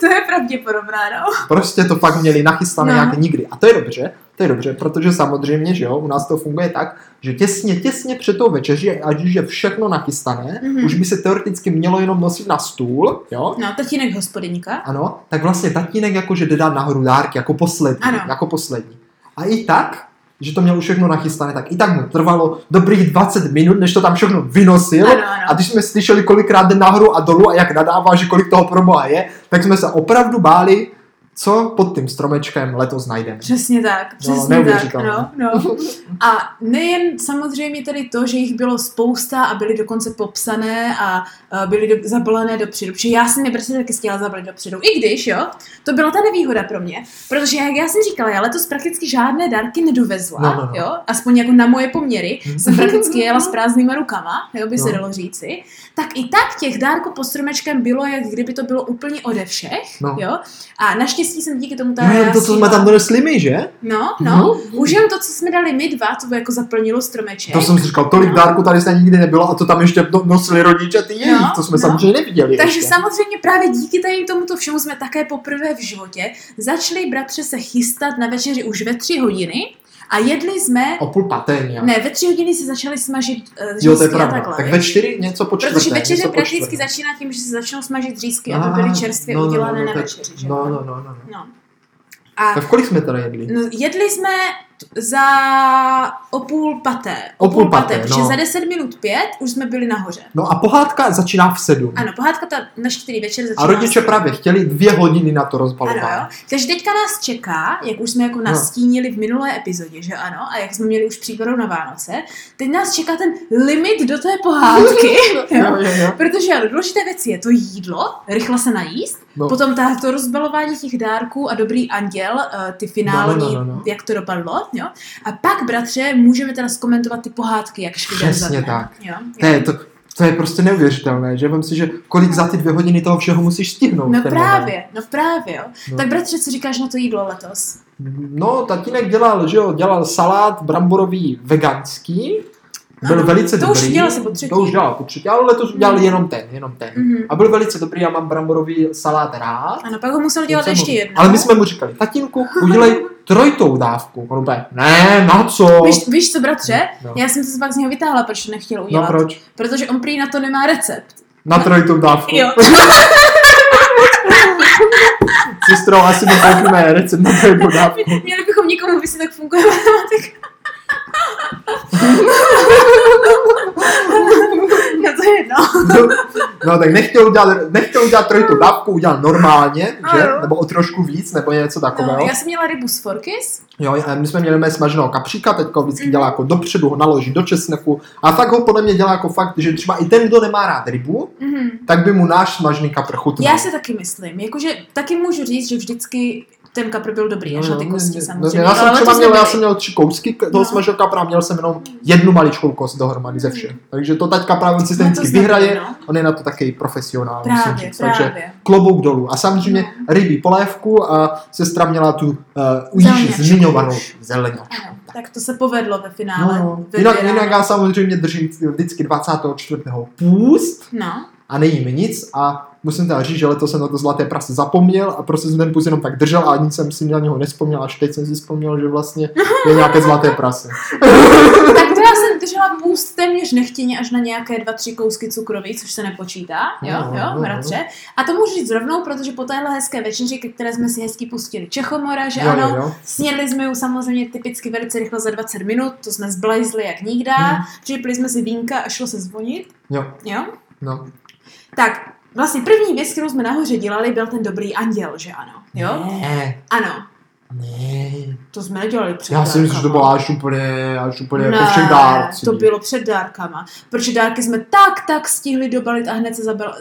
Speaker 2: to je pravděpodobné, no.
Speaker 1: Prostě to fakt měli nachystané
Speaker 2: No.
Speaker 1: jak nikdy. A to je dobře, to je dobře, protože samozřejmě, že jo, u nás to funguje tak, že těsně, těsně před tou večeří, až už je všechno nachystané,
Speaker 2: Mhm.
Speaker 1: už by se teoreticky mělo jenom nosit na stůl, jo,
Speaker 2: No, tatínek hospodyníka.
Speaker 1: ano, tak vlastně tatínek jakože jde dát nahoru dárky jako poslední.
Speaker 2: Ano.
Speaker 1: Jako poslední. A i tak, že to měl už všechno nachystané, tak i tak mu trvalo dobrých 20 minut, než to tam všechno vynosil.
Speaker 2: Ano, ano.
Speaker 1: A když jsme slyšeli, kolikrát jde nahoru a dolů a jak nadává, že kolik toho proboha je, tak jsme se opravdu báli, co pod tím stromečkem letos najdeme.
Speaker 2: Přesně tak, přesně tak,
Speaker 1: neuvěřitelné.
Speaker 2: no, no. A nejen samozřejmě tedy to, že jich bylo spousta a byly dokonce popsané a uh, byly do, zabalené dopředu, protože já jsem je prostě taky chtěla zabalit dopředu, i když, jo, to byla ta nevýhoda pro mě, protože jak já jsem říkala, já letos prakticky žádné dárky nedovezla,
Speaker 1: No, no, no.
Speaker 2: jo, aspoň jako na moje poměry, jsem prakticky jela s prázdnýma rukama, jo, by se
Speaker 1: No.
Speaker 2: dalo říci, tak i tak těch dárků pod stromečkem bylo, jak kdyby to bylo úplně ode všech,
Speaker 1: No.
Speaker 2: jo, a naštěstí jsem díky tomu ta
Speaker 1: No jenom to, co jsme
Speaker 2: jasná-
Speaker 1: tam donesli my, že?
Speaker 2: No, no, už jen to, co jsme dali my dva, to by jako zaplnilo stromeček.
Speaker 1: Mhm. To jsem si říkal, tolik
Speaker 2: No.
Speaker 1: dárku tady snad nikdy nebylo a to tam ještě no- nosili rodiče ty jejich,
Speaker 2: No,
Speaker 1: to jsme
Speaker 2: no.
Speaker 1: samozřejmě neviděli.
Speaker 2: Takže
Speaker 1: ještě.
Speaker 2: samozřejmě právě díky tady tomuto všemu jsme také poprvé v životě začali bratře se chystat na večeři už ve tři hodiny a jedli jsme,
Speaker 1: O půl paté nějak.
Speaker 2: ne, ve tři hodiny se začali smažit uh,
Speaker 1: Jo, to
Speaker 2: řízky
Speaker 1: je
Speaker 2: a
Speaker 1: pravda.
Speaker 2: takhle.
Speaker 1: Tak ve čtyři něco po čtvrté.
Speaker 2: Protože večeře
Speaker 1: něco po
Speaker 2: prakticky
Speaker 1: čtvrté.
Speaker 2: začíná tím, že se začnou smažit řízky,
Speaker 1: Ah,
Speaker 2: aby byly čerstvě
Speaker 1: no, no,
Speaker 2: udělané
Speaker 1: no,
Speaker 2: na
Speaker 1: tak-
Speaker 2: večeři. Že?
Speaker 1: No, no, no, no. no.
Speaker 2: no. A
Speaker 1: Tak v kolik jsme teda jedli?
Speaker 2: No, jedli jsme t- za o půl paté.
Speaker 1: O půl paté,
Speaker 2: protože
Speaker 1: no.
Speaker 2: za 10 minut pět už jsme byli nahoře.
Speaker 1: No a pohádka začíná v sedm.
Speaker 2: Ano, pohádka ta na čtyři večer začíná.
Speaker 1: Hmm. A rodiče
Speaker 2: s-
Speaker 1: právě chtěli dvě hodiny na to
Speaker 2: Ano,
Speaker 1: rozbalování.
Speaker 2: jo. Takže teďka nás čeká, jak už jsme
Speaker 1: No.
Speaker 2: jako nastínili v minulé epizodě, že ano, a jak jsme měli už přípravu na Vánoce, teď nás čeká ten limit do té pohádky, jo.
Speaker 1: jo, jo.
Speaker 2: Protože ano, důležité věc je to jídlo, rychle se najíst,
Speaker 1: No.
Speaker 2: potom tá, to rozbalování těch dárků a dobrý anděl, eh, ty finální,
Speaker 1: No, no, no, no, no.
Speaker 2: jak to dopadlo, jo? A pak, bratře, můžeme teda zkomentovat ty pohádky, jak šli den za
Speaker 1: Přesně
Speaker 2: dnem,
Speaker 1: tak.
Speaker 2: Jo? No
Speaker 1: Ne, to, to je prostě neuvěřitelné, že vem si, že kolik za ty dvě hodiny toho všeho musíš stihnout.
Speaker 2: No
Speaker 1: ten moment.
Speaker 2: právě, no právě, jo.
Speaker 1: No.
Speaker 2: Tak bratře, co říkáš na to jídlo letos?
Speaker 1: No, tatínek dělal, že jo, dělal salát bramborový veganský, byl
Speaker 2: Ano,
Speaker 1: velice
Speaker 2: to už
Speaker 1: dobrý.
Speaker 2: dělal asi po třetí. Mm.
Speaker 1: To už dělal po třetí, ale letos udělal jenom ten, jenom ten.
Speaker 2: Mhm.
Speaker 1: A byl velice dobrý, já mám bramborový salát rád.
Speaker 2: Ano, pak ho musel dělat
Speaker 1: Jsem
Speaker 2: ještě
Speaker 1: ho-
Speaker 2: jedno.
Speaker 1: Ale my jsme mu říkali, tatínku, udělej trojtou dávku. On úplně, ne, na co?
Speaker 2: Víš, víš co, bratře?
Speaker 1: No.
Speaker 2: Já jsem se pak z něho vytáhla, proč to nechtěl
Speaker 1: No
Speaker 2: udělat.
Speaker 1: proč?
Speaker 2: Protože on prý na to nemá recept.
Speaker 1: Na trojtou dávku.
Speaker 2: Jo.
Speaker 1: Sestro, asi mi koupíme recept na trojtou dávku.
Speaker 2: Měli bychom někomu vysvětlit, jak funguje matematika. no to je jedno.
Speaker 1: No tak nechtěl udělat, nechtěl udělat trojtou dávku, udělal normálně, že?
Speaker 2: Ano.
Speaker 1: Nebo o trošku víc, nebo něco takového.
Speaker 2: No, já jsem měla rybu z Forkis.
Speaker 1: Jo, a my jsme měli mé smaženého kapříka, teďka ho vždycky dělá jako dopředu, ho naloží do česneku a fakt ho podle mě dělá jako fakt, že třeba i ten, kdo nemá rád rybu,
Speaker 2: Mhm.
Speaker 1: tak by mu náš smažený kapr chutnal.
Speaker 2: Já si taky myslím, jakože taky můžu říct, že vždycky ten kapr byl dobrý,
Speaker 1: No,
Speaker 2: až na ty kosti samozřejmě.
Speaker 1: samozřejmě. Já jsem
Speaker 2: ale
Speaker 1: třeba
Speaker 2: to
Speaker 1: měl, já
Speaker 2: zbyly.
Speaker 1: jsem měl tři kousky k- toho
Speaker 2: No.
Speaker 1: no. smaženého kapra, a měl jsem jenom jednu maličkou kost dohromady ze všech. Takže to taťka právě
Speaker 2: No, to
Speaker 1: systemicky
Speaker 2: zbyly,
Speaker 1: vyhraje,
Speaker 2: no.
Speaker 1: on je na to taky profesionál, musím
Speaker 2: Právě,
Speaker 1: říct. Takže
Speaker 2: právě. No.
Speaker 1: klobouk dolů. A samozřejmě rybí polévku a sestra měla tu uh, již
Speaker 2: Zeleňačku.
Speaker 1: zmiňovanou zelenou.
Speaker 2: Ano, No, tak to se povedlo ve
Speaker 1: No,
Speaker 2: finále.
Speaker 1: no.
Speaker 2: Ve
Speaker 1: Jinak,
Speaker 2: dvě
Speaker 1: jinak
Speaker 2: ráno.
Speaker 1: já samozřejmě držím vždycky 24. půst
Speaker 2: No,
Speaker 1: a nejím nic a musím teda říct, že letos jsem na to zlaté prase zapomněl a prostě jsem ten půst jenom tak držel a ani jsem si na něho nespomněl, až teď jsem si vzpomněl, že vlastně je nějaké zlaté prase.
Speaker 2: tak to já jsem držela půst téměř nechtěně až na nějaké dva, tři kousky cukroví, což se nepočítá, jo,
Speaker 1: No,
Speaker 2: jo,
Speaker 1: no,
Speaker 2: bratře. A to můžu říct rovnou, protože po téhle hezké večeři, ke které jsme si hezky pustili Čechomora, že
Speaker 1: Jo,
Speaker 2: ano,
Speaker 1: jo, jo.
Speaker 2: Snědli jsme ju samozřejmě typicky velice rychle za 20 minut, to jsme zblajzli jak nikda, hmm.
Speaker 1: Hmm.
Speaker 2: připili jsme si vínka a šlo se zvonit,
Speaker 1: jo,
Speaker 2: jo?
Speaker 1: no.
Speaker 2: Tak, vlastně první věc, kterou jsme nahoře dělali, byl ten dobrý anděl, že ano? Jo?
Speaker 1: Hmm. Ne,
Speaker 2: Ano,
Speaker 1: ne.
Speaker 2: to jsme nedělali před
Speaker 1: Já si myslím, že to
Speaker 2: dárkama.
Speaker 1: bylo až úplně, až úplně po všech
Speaker 2: ne,
Speaker 1: dárcích.
Speaker 2: to bylo před dárkama, protože dárky jsme tak, tak stihli dobalit a hned se zabal...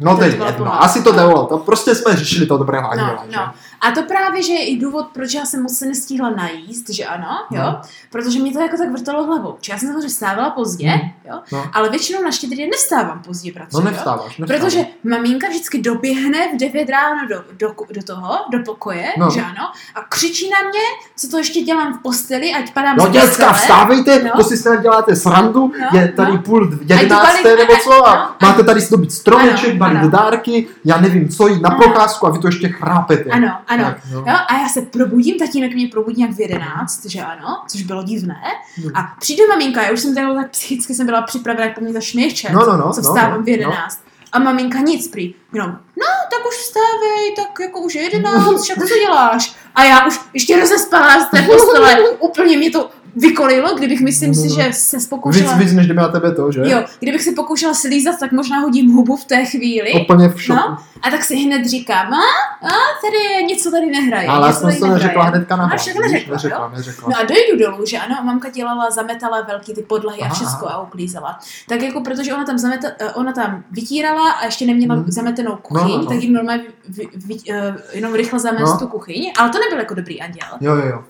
Speaker 1: No
Speaker 2: to
Speaker 1: teď
Speaker 2: byla
Speaker 1: jedno,
Speaker 2: plná.
Speaker 1: asi to nebylo, to prostě jsme řešili to dobrého anděla,
Speaker 2: No,
Speaker 1: že?
Speaker 2: no. A to právě, že je i důvod, proč já jsem moc se nestihla najíst, že ano, jo?
Speaker 1: No.
Speaker 2: Protože mě to jako tak vrtalo hlavou. Či já jsem samozřejmě stávala pozdě,
Speaker 1: Mm.
Speaker 2: jo?
Speaker 1: No.
Speaker 2: Ale většinou na štědrý nevstávám pozdě, bratře,
Speaker 1: No
Speaker 2: jo?
Speaker 1: nevstáváš, nevstáváš.
Speaker 2: Protože maminka vždycky doběhne v 9 ráno do, do, do toho, do pokoje, no.
Speaker 1: No.
Speaker 2: že ano, a křičí na mě, co to ještě dělám v posteli, ať padám
Speaker 1: No
Speaker 2: z
Speaker 1: děcka,
Speaker 2: postele.
Speaker 1: vstávejte,
Speaker 2: No.
Speaker 1: to si snad děláte srandu,
Speaker 2: No,
Speaker 1: je tady
Speaker 2: no.
Speaker 1: půl
Speaker 2: balíte,
Speaker 1: jedenácté nebo co
Speaker 2: ano, ano.
Speaker 1: a máte tady zdobit stromeček,
Speaker 2: Ano,
Speaker 1: balit
Speaker 2: ano.
Speaker 1: dárky, já nevím co, jít na
Speaker 2: Ano.
Speaker 1: procházku a vy to ještě chrápete.
Speaker 2: Ano, ano.
Speaker 1: Tak, no.
Speaker 2: Jo, a já se probudím, tatínek mě probudí jak v 11, že ano, což bylo divné.
Speaker 1: Hm.
Speaker 2: A přijde maminka, já už jsem teda tak psychicky jsem byla připravena, jak po mě začne ječet,
Speaker 1: No, no, no,
Speaker 2: co
Speaker 1: no,
Speaker 2: vstávám
Speaker 1: no,
Speaker 2: v 11. A maminka nic prý, jenom, no, tak už vstávej, tak jako už je 11, však co děláš? A já už ještě rozespalá z té postele, úplně mě to vykolilo, kdybych
Speaker 1: No,
Speaker 2: myslím si, že se
Speaker 1: Víc,
Speaker 2: spokoušela...
Speaker 1: víc, než kdyby na tebe to, že?
Speaker 2: Jo, kdybych se pokoušela slízat, tak možná hodím hubu v té chvíli.
Speaker 1: Úplně v šoku.
Speaker 2: No, a tak si hned říkám, a, a tady je- něco tady nehraje.
Speaker 1: Ale já
Speaker 2: něco
Speaker 1: jsem
Speaker 2: tady
Speaker 1: to
Speaker 2: nehraje.
Speaker 1: neřekla hnedka na
Speaker 2: No, však neřekla,
Speaker 1: neřekla, neřekla.
Speaker 2: No a dojdu dolů, že ano, a mamka dělala, zametala velký ty podlahy a
Speaker 1: Aha.
Speaker 2: všechno a uklízela. Tak jako protože ona tam, zameta, eh, ona tam vytírala a ještě neměla
Speaker 1: Mhm.
Speaker 2: zametenou kuchyň,
Speaker 1: No, no, no.
Speaker 2: tak jim normálně vy, vy, eh, jenom rychle zamést
Speaker 1: No.
Speaker 2: tu kuchyň, ale to nebyl jako dobrý anděl.
Speaker 1: Jo, jo, jo.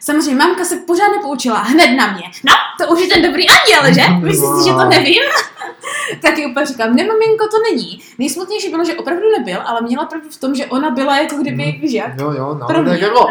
Speaker 2: Samozřejmě mamka se pořád nepoučila, hned na mě. No, to už je ten dobrý anděl, že?
Speaker 1: Mhm,
Speaker 2: Myslíš si, že to
Speaker 1: wow.
Speaker 2: nevím? tak ji úplně říkám, ne maminko, to není. Nejsmutnější bylo, že opravdu nebyl, ale měla pravdu v tom, že ona byla jako kdyby,
Speaker 1: Mhm.
Speaker 2: víš jak,
Speaker 1: Jo, jo, no.
Speaker 2: první.
Speaker 1: tak jako,
Speaker 2: no.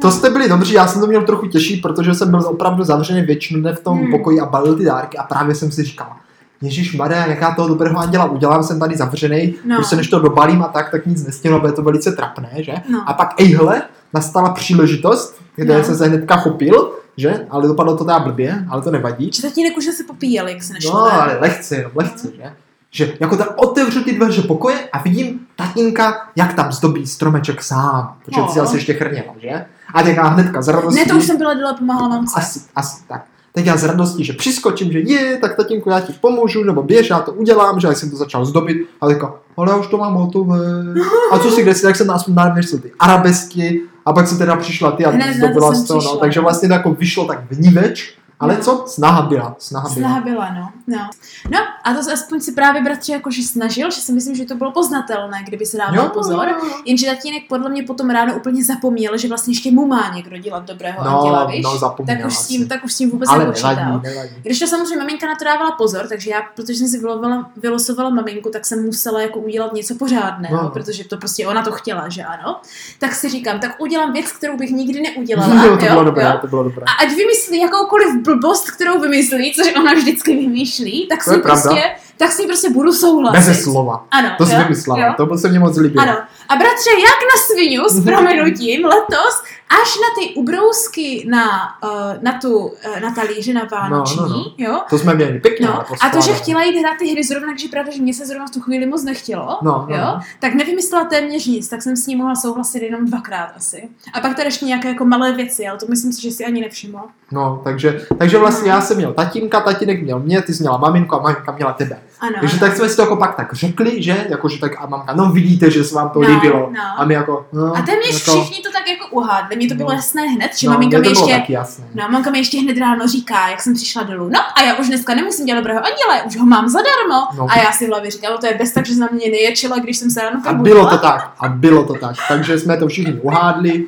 Speaker 1: To jste byli dobří, já jsem to měl trochu těžší, protože jsem byl opravdu zavřený většinu dne v tom
Speaker 2: Hmm.
Speaker 1: hmm. pokoji a balil ty dárky a právě jsem si říkal, Ježíš Maria, jak já toho dobrého anděla udělám, jsem tady zavřený,
Speaker 2: No.
Speaker 1: no. prostě než to dobalím a tak, tak nic nestihnu, bude to velice trapné, že?
Speaker 2: No.
Speaker 1: A pak ejhle, nastala příležitost, kde
Speaker 2: No.
Speaker 1: no. jsem se hnedka chopil, že? Ale dopadlo to teda blbě, ale to nevadí.
Speaker 2: Že tatínek už se popíjel, jak se nešlo.
Speaker 1: No,
Speaker 2: ven.
Speaker 1: ale lehce, jenom lehce, že? Že jako tak otevřu ty dveře pokoje a vidím tatínka, jak tam zdobí stromeček sám. Protože
Speaker 2: No.
Speaker 1: ty jsi asi ještě chrněla, že? A tak já hnedka z radostí.
Speaker 2: Ne, to už jsem byla dole, pomáhala mamce.
Speaker 1: Asi, asi tak. Tak já z radostí, že přiskočím, že je, tak tatínku, já ti pomůžu, nebo běž, já to udělám, že já jsem to začal zdobit. A teďka, ale já už to mám hotové.
Speaker 2: No.
Speaker 1: A co si kde si, tak jsem nás narvneš ty arabesky. A pak se teda přišla ty
Speaker 2: Hned na
Speaker 1: a
Speaker 2: to
Speaker 1: zdobila
Speaker 2: jsem
Speaker 1: z toho. No.
Speaker 2: přišla.
Speaker 1: Takže vlastně to jako vyšlo tak vníveč. Ale
Speaker 2: No.
Speaker 1: co? Snaha byla. Snaha byla.
Speaker 2: Snaha byla, no. no. No, a to se aspoň si právě bratře jakože snažil, že si myslím, že to bylo poznatelné, kdyby se dával no, pozor.
Speaker 1: jo. No,
Speaker 2: Jenže tatínek podle mě potom ráno úplně zapomněl, že vlastně ještě mu má někdo dělat dobrého anděla, víš?
Speaker 1: no, zapomněl
Speaker 2: tak už, s
Speaker 1: asi.
Speaker 2: tím, tak už s tím vůbec
Speaker 1: Ale
Speaker 2: nepočítal.
Speaker 1: nevadí, nevadí.
Speaker 2: Když to samozřejmě maminka na to dávala pozor, takže já, protože jsem si vylovala, vylosovala maminku, tak jsem musela jako udělat něco pořádného, no.
Speaker 1: No.
Speaker 2: protože to prostě ona to chtěla, že ano. Tak si říkám, tak udělám věc, kterou bych nikdy neudělala.
Speaker 1: Jo, to bylo dobré, to bylo dobré.
Speaker 2: A ať vymyslí jakoukoliv blbost, kterou vymyslí, což ona vždycky vymýšlí, tak s
Speaker 1: To je
Speaker 2: ní prostě,
Speaker 1: pravda.
Speaker 2: tak s ní prostě budu souhlasit.
Speaker 1: Bez slova.
Speaker 2: Ano,
Speaker 1: To jsi
Speaker 2: jo,
Speaker 1: vymyslela,
Speaker 2: jo.
Speaker 1: to se mně moc líbilo.
Speaker 2: Ano. A bratře, jak na svinu s proměnutím letos, až na ty ubrousky na, eh, na, tu, eh, na talíři, na vánoční,
Speaker 1: No, no, no.
Speaker 2: jo?
Speaker 1: To jsme měli pěkně.
Speaker 2: No,
Speaker 1: jako
Speaker 2: a to, že
Speaker 1: skládané.
Speaker 2: chtěla jít hrát ty hry zrovna, že pravda, že mě se zrovna v tu chvíli moc nechtělo,
Speaker 1: No, no,
Speaker 2: jo,
Speaker 1: no.
Speaker 2: tak nevymyslela téměř nic, tak jsem s ní mohla souhlasit jenom dvakrát asi. A pak tady ještě nějaké jako malé věci, ale to myslím si, že si ani nevšimla.
Speaker 1: no takže, takže vlastně já jsem měl tatínka, tatínek měl mě, ty jsi měla maminku a maminka měla tebe.
Speaker 2: Ano,
Speaker 1: Takže
Speaker 2: ano.
Speaker 1: tak jsme si to jako pak tak řekli, že? Jakože tak a mamka, no vidíte, že se vám to
Speaker 2: No,
Speaker 1: líbilo.
Speaker 2: no.
Speaker 1: A my jako, no,
Speaker 2: A téměř
Speaker 1: jako,
Speaker 2: všichni to tak jako uhádli. mně to bylo
Speaker 1: No.
Speaker 2: jasné hned, že no, maminka
Speaker 1: mně
Speaker 2: mi
Speaker 1: to bylo
Speaker 2: ještě
Speaker 1: taky jasné.
Speaker 2: No a mamka mi ještě hned ráno říká, jak jsem přišla dolů. No a já už dneska nemusím dělat dobrého anděle, už ho mám zadarmo.
Speaker 1: No.
Speaker 2: No. A já si v hlavě říkala, to je bez tak, že jsi na mě neječela, když jsem se ráno
Speaker 1: A
Speaker 2: probudila.
Speaker 1: bylo to tak, a bylo to tak. Takže jsme to všichni uhádli.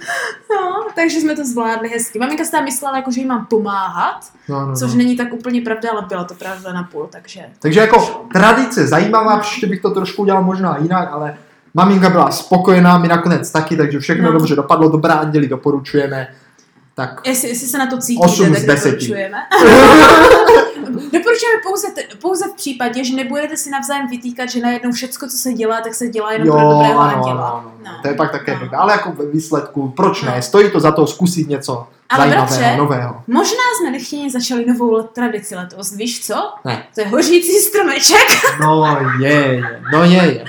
Speaker 2: No, takže jsme to zvládli hezky. Maminka si tam myslela, jako, že jí mám pomáhat,
Speaker 1: No, no,
Speaker 2: což
Speaker 1: no.
Speaker 2: není tak úplně pravda, ale byla to pravda na půl, takže...
Speaker 1: Takže jako tradice zajímavá, příště bych to trošku udělal možná jinak, ale maminka byla spokojená, my nakonec taky, takže všechno
Speaker 2: No.
Speaker 1: dobře dopadlo, dobrá anděli doporučujeme. Tak
Speaker 2: Jestli, jestli se na to
Speaker 1: Osm
Speaker 2: cítíte,
Speaker 1: z
Speaker 2: tak
Speaker 1: deseti.
Speaker 2: doporučujeme. doporučujeme pouze, t- pouze v případě, že nebudete si navzájem vytýkat, že najednou všecko, co se dělá, tak se dělá jenom
Speaker 1: jo,
Speaker 2: pro
Speaker 1: ano,
Speaker 2: dobrého
Speaker 1: ano,
Speaker 2: anděla.
Speaker 1: ano,
Speaker 2: No.
Speaker 1: to je pak také
Speaker 2: No.
Speaker 1: dobré, ale jako ve výsledku, proč ne,
Speaker 2: No.
Speaker 1: stojí to za to zkusit něco
Speaker 2: Ale
Speaker 1: zajímavého,
Speaker 2: bratře,
Speaker 1: nového.
Speaker 2: Možná jsme nechtěně začali novou let- tradici letos, víš co?
Speaker 1: Ne.
Speaker 2: To je hořící stromeček.
Speaker 1: No je, je, no je, je.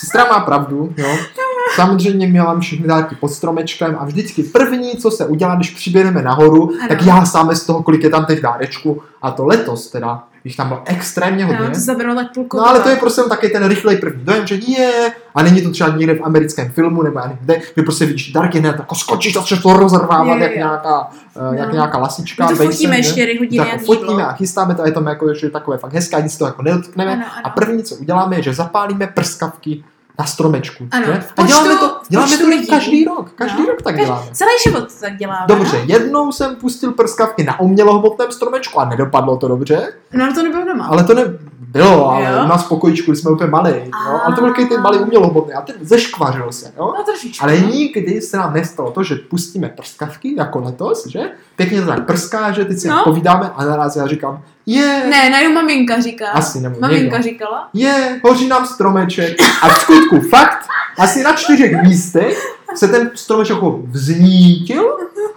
Speaker 1: Sestra má pravdu, jo. Samozřejmě my vám všichni dárky pod stromečkem a vždycky první, co se udělá, když přiběhneme nahoru, ano.
Speaker 2: Ano.
Speaker 1: tak já sám z toho, kolik je tam těch dárečků. A to letos teda, jich tam bylo extrémně hodně.
Speaker 2: No, to zabralo tak půlku.
Speaker 1: No ale to je prostě jenom taky ten rychlej první dojem, že je, a není to třeba někde v americkém filmu, nebo já nevím kde, kdy prostě vidíš darky hned, jako skočíš a začneš to rozrvávat,
Speaker 2: Jo, jo,
Speaker 1: jak
Speaker 2: jo.
Speaker 1: nějaká, no. jak
Speaker 2: No.
Speaker 1: nějaká lasička.
Speaker 2: My to
Speaker 1: bejsem,
Speaker 2: fotíme
Speaker 1: ne?
Speaker 2: ještě 4 hodiny
Speaker 1: tak
Speaker 2: jak
Speaker 1: ho fotíme
Speaker 2: jídlo.
Speaker 1: a chystáme to a je to jako, že je takové fakt hezké, ani si to jako nedotkneme.
Speaker 2: Ano, ano.
Speaker 1: A první, co uděláme, je, že zapálíme prskavky na stromečku.
Speaker 2: Ano,
Speaker 1: že? A
Speaker 2: v počtu-
Speaker 1: děláme to,
Speaker 2: v
Speaker 1: děláme
Speaker 2: počtu
Speaker 1: to
Speaker 2: lidí.
Speaker 1: každý rok, každý
Speaker 2: No.
Speaker 1: rok tak
Speaker 2: Kaž-
Speaker 1: děláme.
Speaker 2: Celý život to tak děláme.
Speaker 1: Dobře, jednou jsem pustil prskavky na umělohmotném stromečku a nedopadlo to dobře.
Speaker 2: No, no to nebylo doma.
Speaker 1: Ale to nebylo, ale
Speaker 2: Jo?
Speaker 1: u nás v pokojičku když jsme úplně malý. Jo? Ale to byl takový ten malý umělohmotný a ten zeškvařil se. Jo?
Speaker 2: No trošičku.
Speaker 1: Ale nikdy se nám nestalo to, že pustíme prskavky, jako letos, že? Pěkně to tak prská, že teď si
Speaker 2: No.
Speaker 1: no. povídáme a naraz já říkám, je,
Speaker 2: Ne, najednou maminka říká.
Speaker 1: asi nebo
Speaker 2: maminka
Speaker 1: někdo,
Speaker 2: říkala.
Speaker 1: je, hoří nám stromeček. A v skutku fakt, asi na čtyřech místech se ten stromeček jako vznítil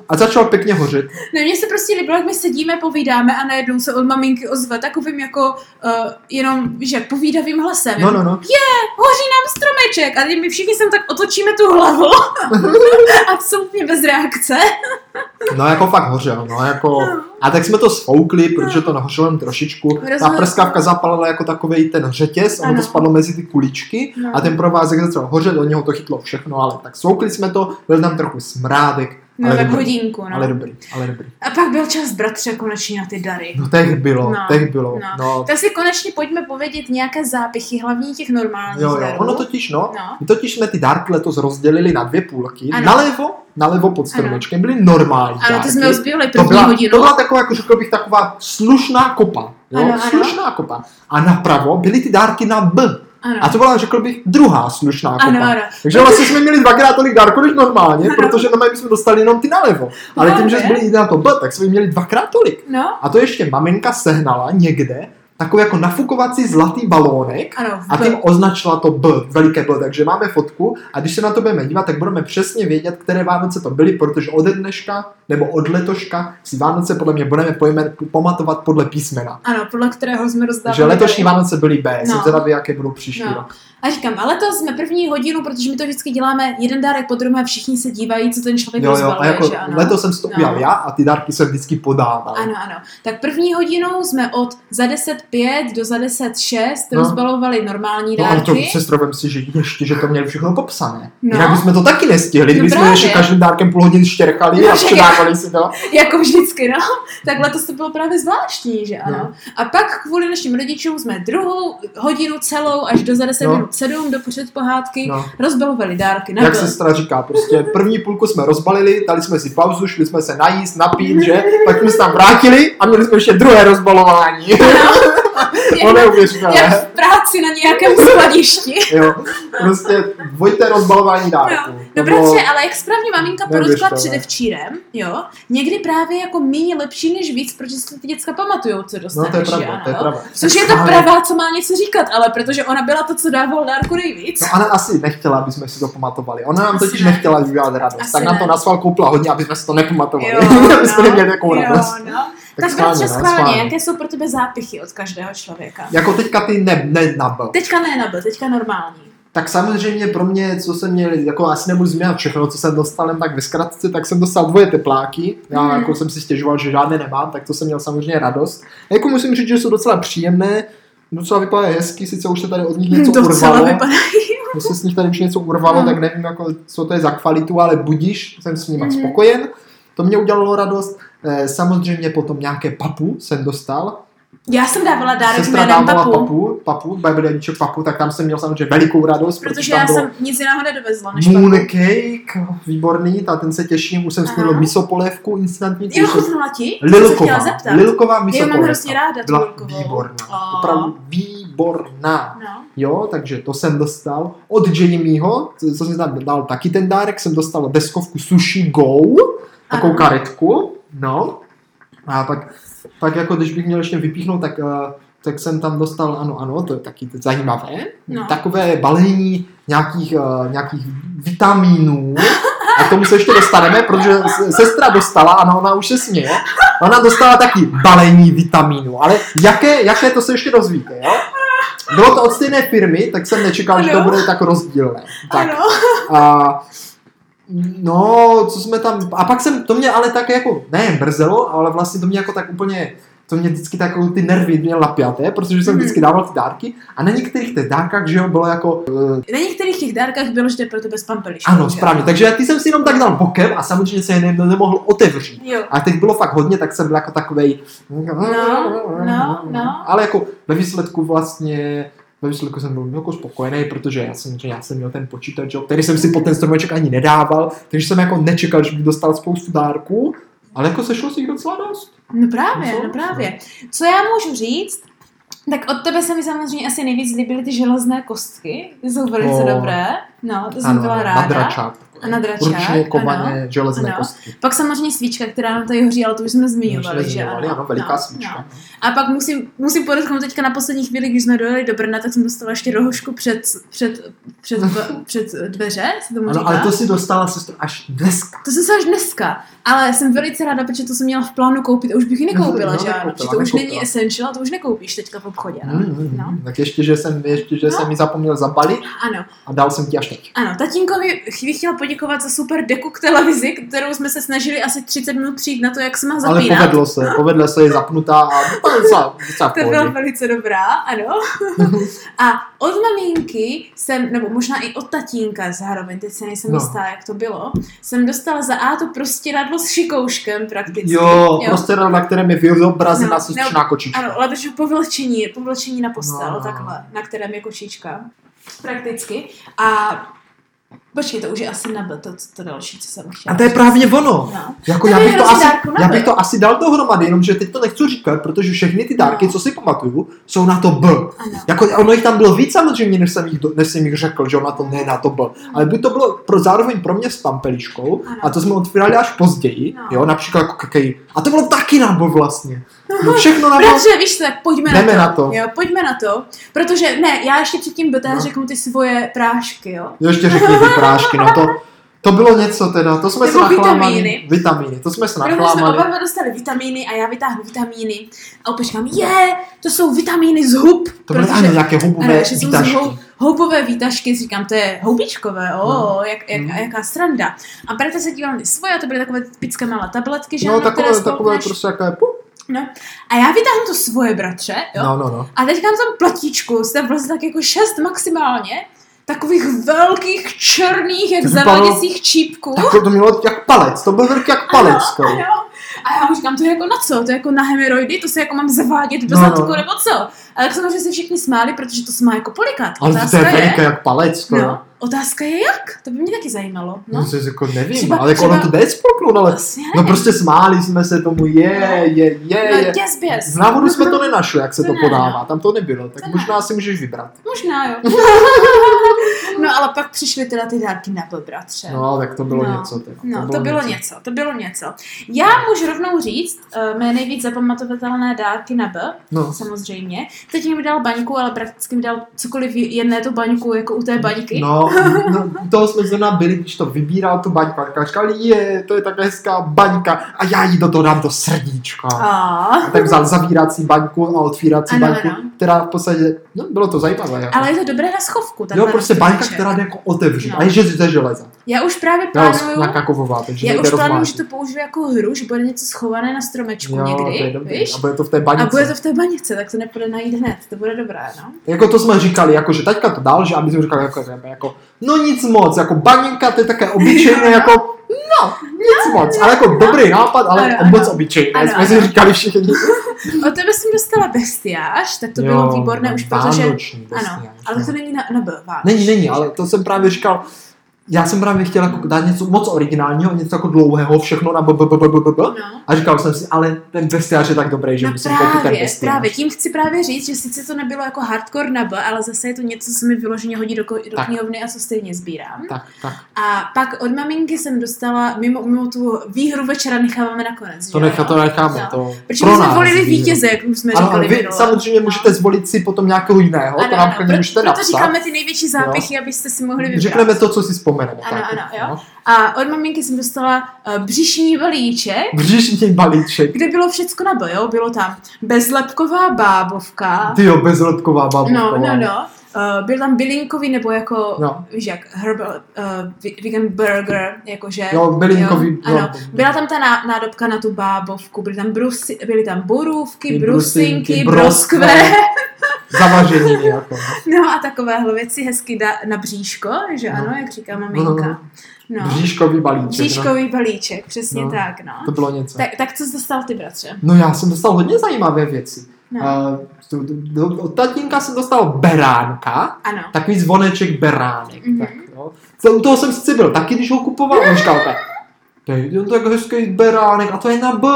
Speaker 1: a začal pěkně hořet.
Speaker 2: Ne, mně se prostě líbilo, jak my sedíme, povídáme a najednou se od maminky ozve takovým jako uh, jenom, víš, jak povídavým hlasem.
Speaker 1: No, no, no.
Speaker 2: Hoří nám stromeček a my všichni sem tak otočíme tu hlavu. Absolutně bez reakce.
Speaker 1: No jako fakt hořel, no jako... A tak jsme to sfoukli, protože to nahořelo jen trošičku. Ta
Speaker 2: Rozumím.
Speaker 1: prskavka zapalila jako takovej ten řetěz, ono to
Speaker 2: Ano.
Speaker 1: spadlo mezi ty kuličky
Speaker 2: No.
Speaker 1: a ten provázek začal hořet, do něho to chytlo všechno, ale tak sfoukli jsme to, byl tam trochu smrádek,
Speaker 2: No
Speaker 1: ale,
Speaker 2: tak
Speaker 1: dobrý,
Speaker 2: hodinku, no.
Speaker 1: ale dobrý, ale dobrý.
Speaker 2: A pak byl čas, bratře, konečně na ty dary.
Speaker 1: No těch bylo, no.
Speaker 2: No,
Speaker 1: těch bylo, no.
Speaker 2: no.
Speaker 1: no.
Speaker 2: Tak si konečně pojďme povědět nějaké zápichy, hlavně těch normálních
Speaker 1: Jo, jo,
Speaker 2: darů.
Speaker 1: ono totiž, no,
Speaker 2: No,
Speaker 1: my totiž jsme ty dárky letos rozdělili na dvě půlky.
Speaker 2: Ano.
Speaker 1: Nalevo, nalevo pod stromečkem byly normální
Speaker 2: ano,
Speaker 1: dárky.
Speaker 2: to jsme rozbíjeli
Speaker 1: To
Speaker 2: první
Speaker 1: byla,
Speaker 2: hodinu.
Speaker 1: to byla taková, jako řekl bych, taková slušná kopa. Jo?
Speaker 2: Ano, ano.
Speaker 1: Slušná kopa. A napravo byly ty dárky na B.
Speaker 2: Ano,
Speaker 1: A to byla, řekl bych, druhá slušná kopa.
Speaker 2: ano, ano.
Speaker 1: Takže vlastně jsme měli dvakrát tolik dárků než normálně,
Speaker 2: Ano. No,
Speaker 1: protože normálně jsme dostali jenom ty nalevo. Ale tím, že
Speaker 2: Dobře.
Speaker 1: byli na to B, tak jsme jich měli dvakrát tolik.
Speaker 2: No,
Speaker 1: A to ještě maminka sehnala někde takový jako nafukovací zlatý balónek
Speaker 2: ano,
Speaker 1: a
Speaker 2: v-
Speaker 1: tím označila to B, veliké B, takže máme fotku a když se na to budeme dívat, tak budeme přesně vědět, které Vánoce to byly, protože ode dneška nebo od letoška si Vánoce podle mě budeme pojmen, pamatovat podle písmena.
Speaker 2: ano, podle kterého jsme rozdávali.
Speaker 1: Že letošní
Speaker 2: dary.
Speaker 1: Vánoce byly B, jsem
Speaker 2: No.
Speaker 1: zvědavý, jaké budou příští
Speaker 2: No.
Speaker 1: rok.
Speaker 2: A říkám, ale to jsme první hodinu, protože my to vždycky děláme jeden dárek po druhém, všichni se dívají, co ten člověk
Speaker 1: Jo, jo, a
Speaker 2: rozbaluje,
Speaker 1: jako
Speaker 2: že ano.
Speaker 1: letos jsem si to
Speaker 2: No.
Speaker 1: udělal já a ty dárky jsem vždycky podával.
Speaker 2: Ano, ano. Tak první hodinou jsme od za 10.5 do za 10.6
Speaker 1: No.
Speaker 2: no. rozbalovali normální
Speaker 1: No ale to
Speaker 2: dárky.
Speaker 1: se strovem si, že ještě, že to měli všechno popsané.
Speaker 2: No.
Speaker 1: Jinak bychom to taky nestihli,
Speaker 2: No
Speaker 1: kdyby jsme
Speaker 2: právě.
Speaker 1: ještě každým dárkem půl hodiny štěrchali
Speaker 2: No,
Speaker 1: a
Speaker 2: že-
Speaker 1: předávali si to.
Speaker 2: Jako vždycky, no. Tak letos to bylo právě zvláštní, že ano.
Speaker 1: No.
Speaker 2: No. A pak kvůli našim rodičům jsme druhou hodinu celou až do za 10
Speaker 1: No.
Speaker 2: no. minut 7 do pořad pohádky
Speaker 1: No.
Speaker 2: rozbalovali dárky. Na
Speaker 1: Jak
Speaker 2: byl.
Speaker 1: sestra říká, prostě první půlku jsme rozbalili, dali jsme si pauzu, šli jsme se najíst, napít, že? Pak jsme se tam vrátili a měli jsme ještě druhé rozbalování.
Speaker 2: Jak-
Speaker 1: No
Speaker 2: jak
Speaker 1: neuvěřitelné.
Speaker 2: v práci na nějakém skladišti.
Speaker 1: Jo, prostě dvojité rozbalování dárku.
Speaker 2: No bratře, ale jak správně maminka podotkla
Speaker 1: neuvěřitelné.
Speaker 2: předevčírem, jo, někdy právě jako méně lepší než víc, protože si ty děcka pamatujou, co
Speaker 1: No
Speaker 2: dostaneš,
Speaker 1: to je
Speaker 2: že
Speaker 1: pravda,
Speaker 2: ano.
Speaker 1: to je pravda.
Speaker 2: Což
Speaker 1: Tak
Speaker 2: je to
Speaker 1: stále-
Speaker 2: pravá, co má něco říkat, ale protože ona byla to, co dával dárku nejvíc.
Speaker 1: No ona asi nechtěla, aby jsme si to pamatovali. Ona nám
Speaker 2: Asi
Speaker 1: totiž
Speaker 2: ne.
Speaker 1: nechtěla udělat radost.
Speaker 2: Asi
Speaker 1: tak nám to
Speaker 2: ne.
Speaker 1: na sval koupila hodně, aby jsme si No, to nepamatovali. aby jsme neměli takovou
Speaker 2: no. jo,
Speaker 1: radost.
Speaker 2: no.
Speaker 1: Tak
Speaker 2: Tak,
Speaker 1: schválně,
Speaker 2: bratře,
Speaker 1: no,
Speaker 2: schválně,
Speaker 1: schválně.
Speaker 2: jaké jsou pro tebe zápichy od každého člověka?
Speaker 1: Jako teďka ty ne, ne na B.
Speaker 2: Teďka ne na B, teďka normální.
Speaker 1: Tak samozřejmě pro mě, co jsem měl, jako asi nebudu změnit všechno, co jsem dostal, jen tak ve zkratce, tak jsem dostal dvoje tepláky. Já
Speaker 2: Hmm.
Speaker 1: jako jsem si stěžoval, že žádné nemám, tak to jsem měl samozřejmě radost. A jako musím říct, že jsou docela příjemné, docela vypadají hezky, sice už se tady od nich něco
Speaker 2: Docela
Speaker 1: urvalo.
Speaker 2: vypadají.
Speaker 1: Jestli s nich tady už něco urvalo,
Speaker 2: Mm.
Speaker 1: tak nevím, jako, co to je za kvalitu, ale budíš, jsem s nima
Speaker 2: Mhm.
Speaker 1: spokojen. To mě udělalo radost. Eh, Samozřejmě potom nějaké papu jsem dostal.
Speaker 2: Já jsem dávala dárek
Speaker 1: Sestra
Speaker 2: jménem
Speaker 1: dávala
Speaker 2: papu,
Speaker 1: papu, papu, babydeliček papu, tak tam jsem měl samozřejmě velikou radost, protože,
Speaker 2: protože
Speaker 1: tam
Speaker 2: já
Speaker 1: bylo
Speaker 2: jsem nic jiného nedovezla než papu.
Speaker 1: Mooncake, výborný, ta ten se těším, už jsem snědl
Speaker 2: Aha.
Speaker 1: misopolévku instantní,
Speaker 2: Jo,
Speaker 1: což je
Speaker 2: chutnala ti? To jsem se chtěla
Speaker 1: Lilková,
Speaker 2: zeptat.
Speaker 1: Lilková
Speaker 2: Já ji mám
Speaker 1: misopolévka.
Speaker 2: hrozně ráda, tu
Speaker 1: Byla
Speaker 2: Lilkovou.
Speaker 1: výborná,
Speaker 2: A-
Speaker 1: opravdu výborná.
Speaker 2: No.
Speaker 1: Jo, takže to jsem dostal od Jamieho, co- co jsem tam dal taky ten dárek, jsem dostal deskovku Sushi Go, takovou
Speaker 2: Ano.
Speaker 1: karetku, no. A pak, pak jako když bych měl ještě vypíchnout, tak, eh, tak jsem tam dostal, ano, ano, to je taky zajímavé,
Speaker 2: No.
Speaker 1: takové balení nějakých, eh, nějakých vitamínů. A k tomu se ještě dostaneme, protože se- sestra dostala, ano, ona už se směje, ona dostala taky balení vitamínů, ale jaké, jaké to se ještě dozvíte, jo? Bylo to od stejné firmy, tak jsem nečekal, že to
Speaker 2: Ano.
Speaker 1: bude tak rozdílné. Tak,
Speaker 2: Ano.
Speaker 1: a no, co jsme tam, a pak jsem, to mě ale tak jako, ne mrzelo, ale vlastně to mě jako tak úplně, to mě vždycky tak jako ty nervy mě lapjaté, protože jsem
Speaker 2: Mhm.
Speaker 1: vždycky dával ty dárky a na některých těch dárkách, že jo, bylo jako,
Speaker 2: Na některých těch dárkách bylo, že to je pro tebe spampeliš.
Speaker 1: ano, správně, takže ty jsem si jenom tak dal bokem a samozřejmě se je ne, nemohl otevřít.
Speaker 2: Jo.
Speaker 1: A teď bylo fakt hodně, tak jsem byl jako takovej,
Speaker 2: no, no.
Speaker 1: ale jako ve výsledku vlastně, ve výsledku jsem byl jako spokojený, protože já jsem, že já jsem měl ten počítač, jo, který jsem si pod ten stromeček ani nedával, takže jsem jako nečekal, že bych dostal spoustu dárků, ale jako sešlo si jich docela dost.
Speaker 2: No právě,
Speaker 1: Co?
Speaker 2: no právě. Co já můžu říct, tak od tebe se mi samozřejmě asi nejvíc líbily ty železné kostky. Ty jsou velice
Speaker 1: O.
Speaker 2: dobré. No, to jsem byla ráda.
Speaker 1: na dračák.
Speaker 2: Na dračák,
Speaker 1: Ručně kované železné
Speaker 2: ano.
Speaker 1: kostky.
Speaker 2: Pak samozřejmě svíčka, která nám tady hoří, ale to už jsme
Speaker 1: Už
Speaker 2: zmiňovali,
Speaker 1: jsme
Speaker 2: že
Speaker 1: zmiňovali,
Speaker 2: ano.
Speaker 1: ano, veliká
Speaker 2: no,
Speaker 1: svíčka.
Speaker 2: No. A pak musím, musím podotknout teďka na poslední chvíli, když jsme dojeli do Brna, tak jsem dostala ještě rohošku před, před, před, před, dveře, se tomu
Speaker 1: Ano,
Speaker 2: říká.
Speaker 1: ale to si dostala sestro až dneska.
Speaker 2: To jsem se až dneska, ale jsem velice ráda, protože to jsem měla v plánu koupit a už bych ji nekoupila,
Speaker 1: No,
Speaker 2: že ano,
Speaker 1: nekoupila,
Speaker 2: protože to už
Speaker 1: nekoupila.
Speaker 2: není essential, to už nekoupíš teďka v obchodě, no.
Speaker 1: Mm,
Speaker 2: no.
Speaker 1: Tak ještě, že jsem, ještě, že
Speaker 2: No.
Speaker 1: jsem ji zapomněl zabalit
Speaker 2: Ano,
Speaker 1: a dal jsem ti až teď.
Speaker 2: ano, tatínkovi ch- bych chtěla poděkovat za super deku k televizi, kterou jsme se snažili asi 30 minut přijít na to, jak se má
Speaker 1: Ale
Speaker 2: zapínat.
Speaker 1: povedlo se, povedlo se, je zapnutá a to je docela, docela v
Speaker 2: To byla
Speaker 1: pohodě.
Speaker 2: velice dobrá, ano. A od maminky jsem, nebo možná i od tatínka zároveň, teď se nejsem
Speaker 1: No.
Speaker 2: no. jistá, jak to bylo, jsem dostala za A to prostěradlo s šikouškem prakticky.
Speaker 1: Jo, prostě na kterém je vyobrazena
Speaker 2: No,
Speaker 1: sestřičná kočička.
Speaker 2: Ano, ale takže povlečení, povlečení na postel,
Speaker 1: No.
Speaker 2: no. takhle, na kterém je kočička. Prakticky. A počkej, to už je asi na to, to další, co jsem chtěla.
Speaker 1: A to je
Speaker 2: říct.
Speaker 1: právě ono.
Speaker 2: No.
Speaker 1: Jako
Speaker 2: To
Speaker 1: já
Speaker 2: je
Speaker 1: bych, to
Speaker 2: hrozně
Speaker 1: asi,
Speaker 2: dárku na
Speaker 1: já
Speaker 2: B.
Speaker 1: bych to asi dal dohromady, jenomže teď to nechci říkat, protože všechny ty dárky,
Speaker 2: No.
Speaker 1: co si pamatuju, jsou na to B.
Speaker 2: Ano.
Speaker 1: Jako ono jich tam bylo víc samozřejmě, než jsem jich, do- než jsem jich řekl, že na to ne, na to B. Ale by to bylo pro, zároveň pro mě s pampeliškou,
Speaker 2: Ano.
Speaker 1: a to jsme otvírali až později,
Speaker 2: No.
Speaker 1: jo, například jako kakej. A to bylo taky na B vlastně. No, všechno na B.
Speaker 2: Bratře, víš co, tak pojďme
Speaker 1: Jdeme
Speaker 2: na
Speaker 1: na
Speaker 2: to.
Speaker 1: to.
Speaker 2: Jo, pojďme na to. Protože, ne, já ještě předtím do té
Speaker 1: No.
Speaker 2: řeknu ty svoje prášky, jo.
Speaker 1: Jo, ještě řekni ty prášky, no to, to bylo něco teda, to jsme
Speaker 2: Nebo
Speaker 1: se nachlámali.
Speaker 2: vitamíny.
Speaker 1: Vitamíny, to jsme se
Speaker 2: Protože jsme
Speaker 1: nachlámali.
Speaker 2: oba dostali vitamíny a já vytáhnu vitamíny a opět říkám, je, to jsou vitamíny z hub.
Speaker 1: To byly ano,
Speaker 2: protože,
Speaker 1: nějaké
Speaker 2: ano,
Speaker 1: hubové
Speaker 2: že jsou z
Speaker 1: výtažky.
Speaker 2: hou, houbové výtažky, si říkám, to je houbičkové, o,
Speaker 1: No.
Speaker 2: jak, jak,
Speaker 1: No.
Speaker 2: a jaká sranda. A bratr se díval na ty svoje, a to byly takové typické malé tabletky, že
Speaker 1: No
Speaker 2: ano, které
Speaker 1: takové, takové
Speaker 2: spolkneš.
Speaker 1: prostě jaké... pup.
Speaker 2: A já vytáhnu to svoje, bratře, jo,
Speaker 1: No, no, no.
Speaker 2: a teďka mám tam platičku, jste vlastně tak jako šest maximálně, takových velkých černých, jak
Speaker 1: To vypadalo-
Speaker 2: zaváděcích čípků.
Speaker 1: Tak to mělo jak palec, to byl velký jak palec. skoro.
Speaker 2: Ano. A já mu říkám, to je jako na co? To je jako na hemoroidy? To se jako mám zavádět do
Speaker 1: No, no.
Speaker 2: zadku nebo co? A tak samozřejmě se všichni smáli, protože to se má jako polikat.
Speaker 1: Ale to je
Speaker 2: Otázka
Speaker 1: veliké
Speaker 2: je,
Speaker 1: jak palec. skoro.
Speaker 2: no, otázka je jak? To by mě taky zajímalo.
Speaker 1: No,
Speaker 2: No,
Speaker 1: to je jako nevím,
Speaker 2: Třeba-
Speaker 1: ale jako ono
Speaker 2: třeba-
Speaker 1: to jde spolknout, ale...
Speaker 2: vlastně
Speaker 1: No prostě smáli jsme se tomu, je, je,
Speaker 2: no,
Speaker 1: je, je.
Speaker 2: děs, běs.
Speaker 1: Z návodu jsme to nenašli, jak se
Speaker 2: To
Speaker 1: to
Speaker 2: ne,
Speaker 1: podává, tam to nebylo, tak
Speaker 2: To ne.
Speaker 1: možná si můžeš vybrat.
Speaker 2: Možná jo. no ale pak přišly teda ty dárky na byl, bratře.
Speaker 1: No, tak to bylo
Speaker 2: No.
Speaker 1: něco. Teda.
Speaker 2: No, to bylo něco, to bylo něco. Já můžu rovnou říct, eh, mé nejvíc zapamatovatelné dárky na B,
Speaker 1: No.
Speaker 2: samozřejmě. Teď mi dal baňku, ale prakticky mi dal cokoliv jen ne tu baňku, jako u té baňky.
Speaker 1: No, no, u toho jsme zrovna byli, když to vybíral tu baňku. A říkal, je, to je tak hezká baňka. A já jí do toho dám to srdíčko. A
Speaker 2: A,
Speaker 1: tak vzal zavírací baňku a otvírací
Speaker 2: Ano,
Speaker 1: baňku,
Speaker 2: ano.
Speaker 1: která v podstatě, no, bylo to zajímavé. Jako.
Speaker 2: ale je to dobré na schovku.
Speaker 1: jo,
Speaker 2: takhle
Speaker 1: prostě
Speaker 2: na
Speaker 1: baňka,
Speaker 2: stromeček.
Speaker 1: která jde jako otevřít.
Speaker 2: No.
Speaker 1: A je že ze železa.
Speaker 2: Já už právě
Speaker 1: Jo,
Speaker 2: plánuju,
Speaker 1: na kakovová, takže
Speaker 2: já
Speaker 1: nejde
Speaker 2: už plánuju, že
Speaker 1: rozmlátit.
Speaker 2: to použiju jako hru, že bude něco schované na stromečku
Speaker 1: to je
Speaker 2: někdy,
Speaker 1: dobrý.
Speaker 2: víš?
Speaker 1: A bude to v té
Speaker 2: A
Speaker 1: banici.
Speaker 2: bude to v té banice, tak to nepůjde najít hned, to bude dobré, no.
Speaker 1: Jako to jsme říkali, jako že taťka to dal, že aby jsme říkali, jako, jako, jako, no nic moc, jako baninka to je také obyčejné, jako no, nic moc, ale jako dobrý nápad, ale
Speaker 2: Ano,
Speaker 1: ano,
Speaker 2: ano.
Speaker 1: moc obyčejné,
Speaker 2: Ano,
Speaker 1: jsme si
Speaker 2: ano.
Speaker 1: říkali všichni.
Speaker 2: Od tebe jsem dostala bestiáž, tak to
Speaker 1: Jo,
Speaker 2: bylo výborné už, protože...
Speaker 1: vánoční
Speaker 2: Ano,
Speaker 1: bestiáš,
Speaker 2: ale
Speaker 1: no.
Speaker 2: to není na, na B, vánoční.
Speaker 1: Není, není, ale to jsem právě říkal, já jsem právě chtěl jako dát něco moc originálního, něco jako dlouhého, všechno na bbbbbbb.
Speaker 2: No.
Speaker 1: A říkal jsem si, ale ten bestiář je tak dobrý, že
Speaker 2: No
Speaker 1: musím koupit ten
Speaker 2: právě,
Speaker 1: bestiář.
Speaker 2: právě, tím chci právě říct, že sice to nebylo jako hardcore na B, ale zase je to něco, co mi vyloženě hodí do, ko- do
Speaker 1: Tak.
Speaker 2: knihovny a co stejně sbírám.
Speaker 1: Tak, tak,
Speaker 2: A pak od maminky jsem dostala, mimo, mimo tu výhru večera necháváme nakonec.
Speaker 1: to
Speaker 2: že
Speaker 1: nechá,
Speaker 2: jo?
Speaker 1: to necháme,
Speaker 2: No.
Speaker 1: to
Speaker 2: Protože my jsme volili
Speaker 1: víš.
Speaker 2: vítěze, jak už jsme
Speaker 1: Ano,
Speaker 2: říkali.
Speaker 1: vy
Speaker 2: minule.
Speaker 1: samozřejmě můžete zvolit si potom nějakého jiného, to nám klidně
Speaker 2: pro-
Speaker 1: můžete
Speaker 2: No. proto
Speaker 1: napsat.
Speaker 2: říkáme ty největší zápěchy, abyste si mohli vybrat.
Speaker 1: Řekneme to, co si vzpomeneme.
Speaker 2: Ano,
Speaker 1: tak.
Speaker 2: ano, jo.
Speaker 1: No.
Speaker 2: A od maminky jsem dostala uh, břišní balíček,
Speaker 1: Břišní balíček.
Speaker 2: kde bylo všecko na B, jo? Bylo tam bezlepková bábovka.
Speaker 1: Ty jo, bezlepková
Speaker 2: No,
Speaker 1: bábovková.
Speaker 2: no, no. Uh, byl tam bylinkový nebo jako,
Speaker 1: No.
Speaker 2: víš jak, herbal, uh, vi- vegan burger, jakože.
Speaker 1: Jo, bylinkový,
Speaker 2: Ano,
Speaker 1: no.
Speaker 2: byla tam ta ná, nádobka na tu bábovku, byly tam, brusy, byly tam borůvky,
Speaker 1: Ty
Speaker 2: brusinky,
Speaker 1: brusinky,
Speaker 2: broskve,
Speaker 1: Zavažení nějakou.
Speaker 2: no a takovéhle věci hezky da, na bříško, že
Speaker 1: No.
Speaker 2: ano, jak říká maminka.
Speaker 1: No.
Speaker 2: No,
Speaker 1: Bříškový balíček. No.
Speaker 2: bříškový balíček, přesně
Speaker 1: No.
Speaker 2: tak, no.
Speaker 1: To bylo něco.
Speaker 2: Tak, tak co jsi dostal ty, bratře?
Speaker 1: No já jsem dostal hodně zajímavé věci. Eh,
Speaker 2: No.
Speaker 1: A tu- tu- tu- Od tatínka jsem dostal beránka,
Speaker 2: Ano.
Speaker 1: takový zvoneček beránek.
Speaker 2: Mhm.
Speaker 1: Tak, jo. Co- U toho jsem sice byl, taky když ho kupoval, on říkal tak, to je on tak hezký beránek a to je na B,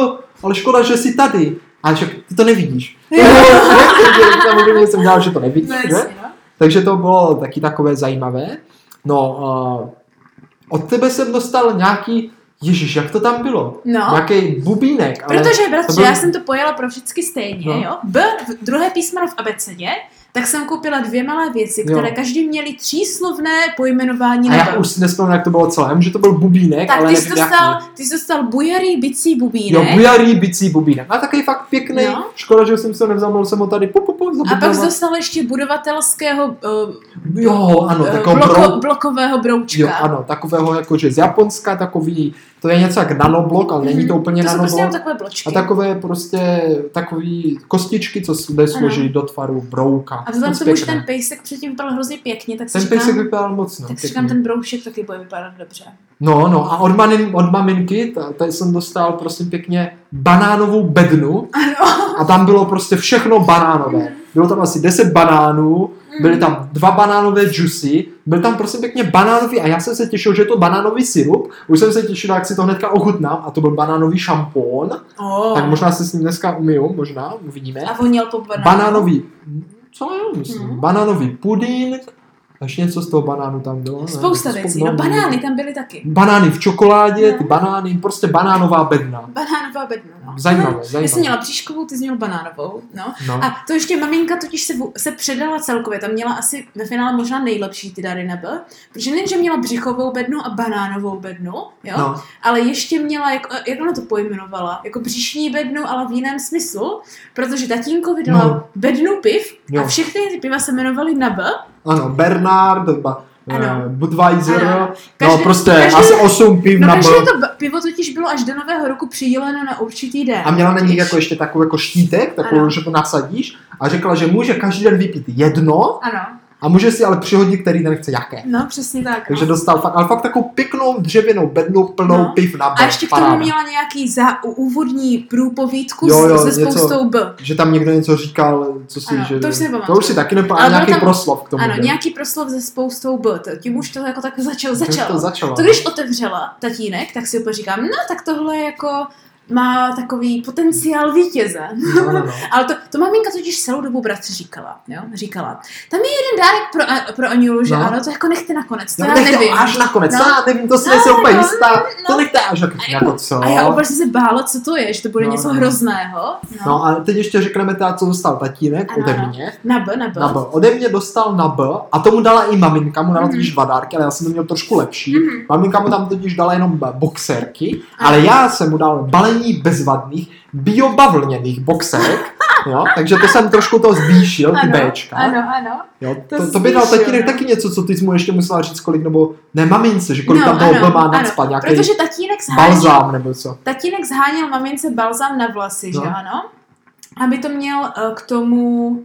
Speaker 1: ale škoda, že jsi tady. A však ty to nevidíš. Takže Samozřejmě jsem dělal, že to nevidíš.
Speaker 2: No,
Speaker 1: ne?
Speaker 2: jasně, no.
Speaker 1: Takže to bylo taky takové zajímavé. No, uh, od tebe jsem dostal nějaký, ježíš, jak to tam bylo?
Speaker 2: No.
Speaker 1: Nějaký bubínek. Ale...
Speaker 2: Protože, bratře,
Speaker 1: to byl-
Speaker 2: já jsem to pojela pro všechny stejně,
Speaker 1: No.
Speaker 2: jo. B, v- druhé písmeno v abecedě, tak jsem koupila dvě malé věci,
Speaker 1: Jo.
Speaker 2: které každý měli tříslovné pojmenování
Speaker 1: A
Speaker 2: na
Speaker 1: já
Speaker 2: B.
Speaker 1: už si nespomínám, jak to bylo celé. Já vím, že to byl bubínek,
Speaker 2: Tak
Speaker 1: ale
Speaker 2: ty jsi,
Speaker 1: nevím,
Speaker 2: dostal,
Speaker 1: jaký.
Speaker 2: ty jsi dostal bujarý bicí
Speaker 1: Jo,
Speaker 2: bubínek
Speaker 1: bujarý bicí bubínek. A takový fakt pěkný.
Speaker 2: No.
Speaker 1: Škoda, že jsem se ho nevzal, mohl jsem ho tady pu, pu, pu,
Speaker 2: a pak jsi
Speaker 1: zabudnout.
Speaker 2: dostal ještě budovatelského uh,
Speaker 1: Jo, ano, takového
Speaker 2: bloko,
Speaker 1: brou...
Speaker 2: blokového broučka.
Speaker 1: Jo, ano, takového jakože z Japonska, takový, to je něco jak nanoblok, ale není to
Speaker 2: Mhm.
Speaker 1: úplně
Speaker 2: to jsou
Speaker 1: nanoblok.
Speaker 2: prostě jenom takové bločky.
Speaker 1: A takové prostě takový kostičky, co se složí do tvaru brouka.
Speaker 2: a vzhledem
Speaker 1: Moc
Speaker 2: k tomu, že
Speaker 1: pěkné.
Speaker 2: ten pejsek předtím vypadal hrozně pěkně, tak si
Speaker 1: ten
Speaker 2: říkám,
Speaker 1: pejsek vypadal moc, no.
Speaker 2: tak si
Speaker 1: pěkně.
Speaker 2: říkám, ten brouček taky bude vypadat dobře.
Speaker 1: No, no, a od, mamin, od maminky, ta- tady jsem dostal prosím pěkně banánovou bednu
Speaker 2: Ano.
Speaker 1: a tam bylo prostě všechno banánové. Bylo tam asi 10 banánů,
Speaker 2: Mhm.
Speaker 1: byly tam dva banánové juicy, byl tam prosím pěkně banánový a já jsem se těšil, že je to banánový syrup, už jsem se těšil, jak si to hnedka ochutnám a to byl banánový šampón,
Speaker 2: Oh.
Speaker 1: tak možná se s ním dneska umiju, možná, uvidíme.
Speaker 2: A voněl po banánu.
Speaker 1: banánový, co jo, myslím,
Speaker 2: Mhm.
Speaker 1: banánový puding, až něco z toho banánu tam bylo. ne?
Speaker 2: Spousta
Speaker 1: Spou-
Speaker 2: věcí. No, banány tam byly taky.
Speaker 1: Banány v čokoládě, ty
Speaker 2: No.
Speaker 1: banány, prostě banánová bedna.
Speaker 2: Banánová bedna, no.
Speaker 1: Zajímavé,
Speaker 2: Já jsem měla
Speaker 1: zajímavé.
Speaker 2: příškovou, ty jsi měl banánovou, no.
Speaker 1: No.
Speaker 2: A to ještě maminka totiž se, vu- se předala celkově, tam měla asi ve finále možná nejlepší ty dary nebyl, protože nejenže měla břichovou bednu a banánovou bednu, jo, no.
Speaker 1: No.
Speaker 2: ale ještě měla, jak, jak ona to pojmenovala, jako břišní bednu, ale v jiném smyslu, protože tatínkovi dala
Speaker 1: No.
Speaker 2: bednu piv a
Speaker 1: Jo.
Speaker 2: všechny ty piva se jmenovaly na B.
Speaker 1: Ano, Bernard, ba,
Speaker 2: Ano.
Speaker 1: eh, Budweiser,
Speaker 2: Ano.
Speaker 1: no
Speaker 2: Každý-
Speaker 1: prostě
Speaker 2: každý-
Speaker 1: asi 8 piv
Speaker 2: No
Speaker 1: na
Speaker 2: každé
Speaker 1: byl.
Speaker 2: to b- pivo totiž bylo až do nového roku přiděleno na určitý den.
Speaker 1: A měla na nich
Speaker 2: Víš?
Speaker 1: jako ještě takový jako štítek, takovou,
Speaker 2: Ano.
Speaker 1: že to nasadíš a řekla, že může každý den vypít jedno
Speaker 2: Ano,
Speaker 1: a může si ale přihodit, který den chce jaké.
Speaker 2: no přesně tak.
Speaker 1: Takže
Speaker 2: no.
Speaker 1: dostal fakt, ale fakt takovou pěknou dřevěnou bednu plnou
Speaker 2: No.
Speaker 1: piv na
Speaker 2: A
Speaker 1: bar.
Speaker 2: ještě k tomu
Speaker 1: Paráda.
Speaker 2: měla nějaký za, u- úvodní průpovídku
Speaker 1: Jo,
Speaker 2: jo,
Speaker 1: jo,
Speaker 2: jo, se
Speaker 1: něco-
Speaker 2: spoustou B.
Speaker 1: Že tam někdo něco říkal, co si,
Speaker 2: Ano,
Speaker 1: že...
Speaker 2: to už si
Speaker 1: to
Speaker 2: nepamatuju.
Speaker 1: už si taky nepamatuju,
Speaker 2: Ale
Speaker 1: ale
Speaker 2: bylo
Speaker 1: nějaký
Speaker 2: tam-
Speaker 1: proslov k tomu.
Speaker 2: Ano,
Speaker 1: byl.
Speaker 2: nějaký proslov se spoustou B. To- Tím už to jako tak začalo.
Speaker 1: Takže
Speaker 2: začalo.
Speaker 1: To začalo. no.
Speaker 2: To když otevřela tatínek, tak si úplně říkám, no tak tohle je jako má takový potenciál vítěze.
Speaker 1: No, no, no.
Speaker 2: Ale to, to maminka totiž celou dobu bratři říkala, jo? Říkala, tam je jeden dárek pro, a, pro Anilu, že
Speaker 1: No.
Speaker 2: ano, to jako nechte nakonec, to
Speaker 1: No,
Speaker 2: já
Speaker 1: nechte
Speaker 2: nevím.
Speaker 1: až nakonec,
Speaker 2: No.
Speaker 1: no. já nevím, to si
Speaker 2: No,
Speaker 1: nejsem úplně
Speaker 2: no,
Speaker 1: jistá,
Speaker 2: no.
Speaker 1: to nechte až nakonec,
Speaker 2: A jako-
Speaker 1: jako co.
Speaker 2: A já úplně jsem se bála, co to je, že to bude
Speaker 1: No,
Speaker 2: něco
Speaker 1: no.
Speaker 2: hrozného. No.
Speaker 1: No a teď ještě řekneme teda, co dostal tatínek
Speaker 2: Ano,
Speaker 1: ode
Speaker 2: ano.
Speaker 1: mě.
Speaker 2: Na B, na B.
Speaker 1: Na B. Ode mě dostal na B a tomu dala i maminka, mu dala
Speaker 2: Mhm.
Speaker 1: totiž dva dárky, ale já jsem to měl trošku lepší.
Speaker 2: Mhm.
Speaker 1: Maminka mu tam totiž dala jenom b- boxerky,
Speaker 2: Ano.
Speaker 1: ale já jsem mu dal balení bezvadných biobavlněných boxerek, Jo? Takže to jsem trošku to zvýšil, ty Bčka.
Speaker 2: ano, ano.
Speaker 1: Jo?
Speaker 2: to
Speaker 1: To, to, by dal
Speaker 2: zvýšil,
Speaker 1: tatínek
Speaker 2: no.
Speaker 1: taky něco, co ty mu ještě musela říct, kolik, nebo ne mamince, že kolik
Speaker 2: No,
Speaker 1: tam toho
Speaker 2: ano,
Speaker 1: byl má
Speaker 2: ano,
Speaker 1: nadspat, nějaký
Speaker 2: Protože No, tatínek zháněl,
Speaker 1: balzám nebo co.
Speaker 2: tatínek zháněl mamince balzám na vlasy,
Speaker 1: No.
Speaker 2: že ano? Aby to měl eh, k tomu,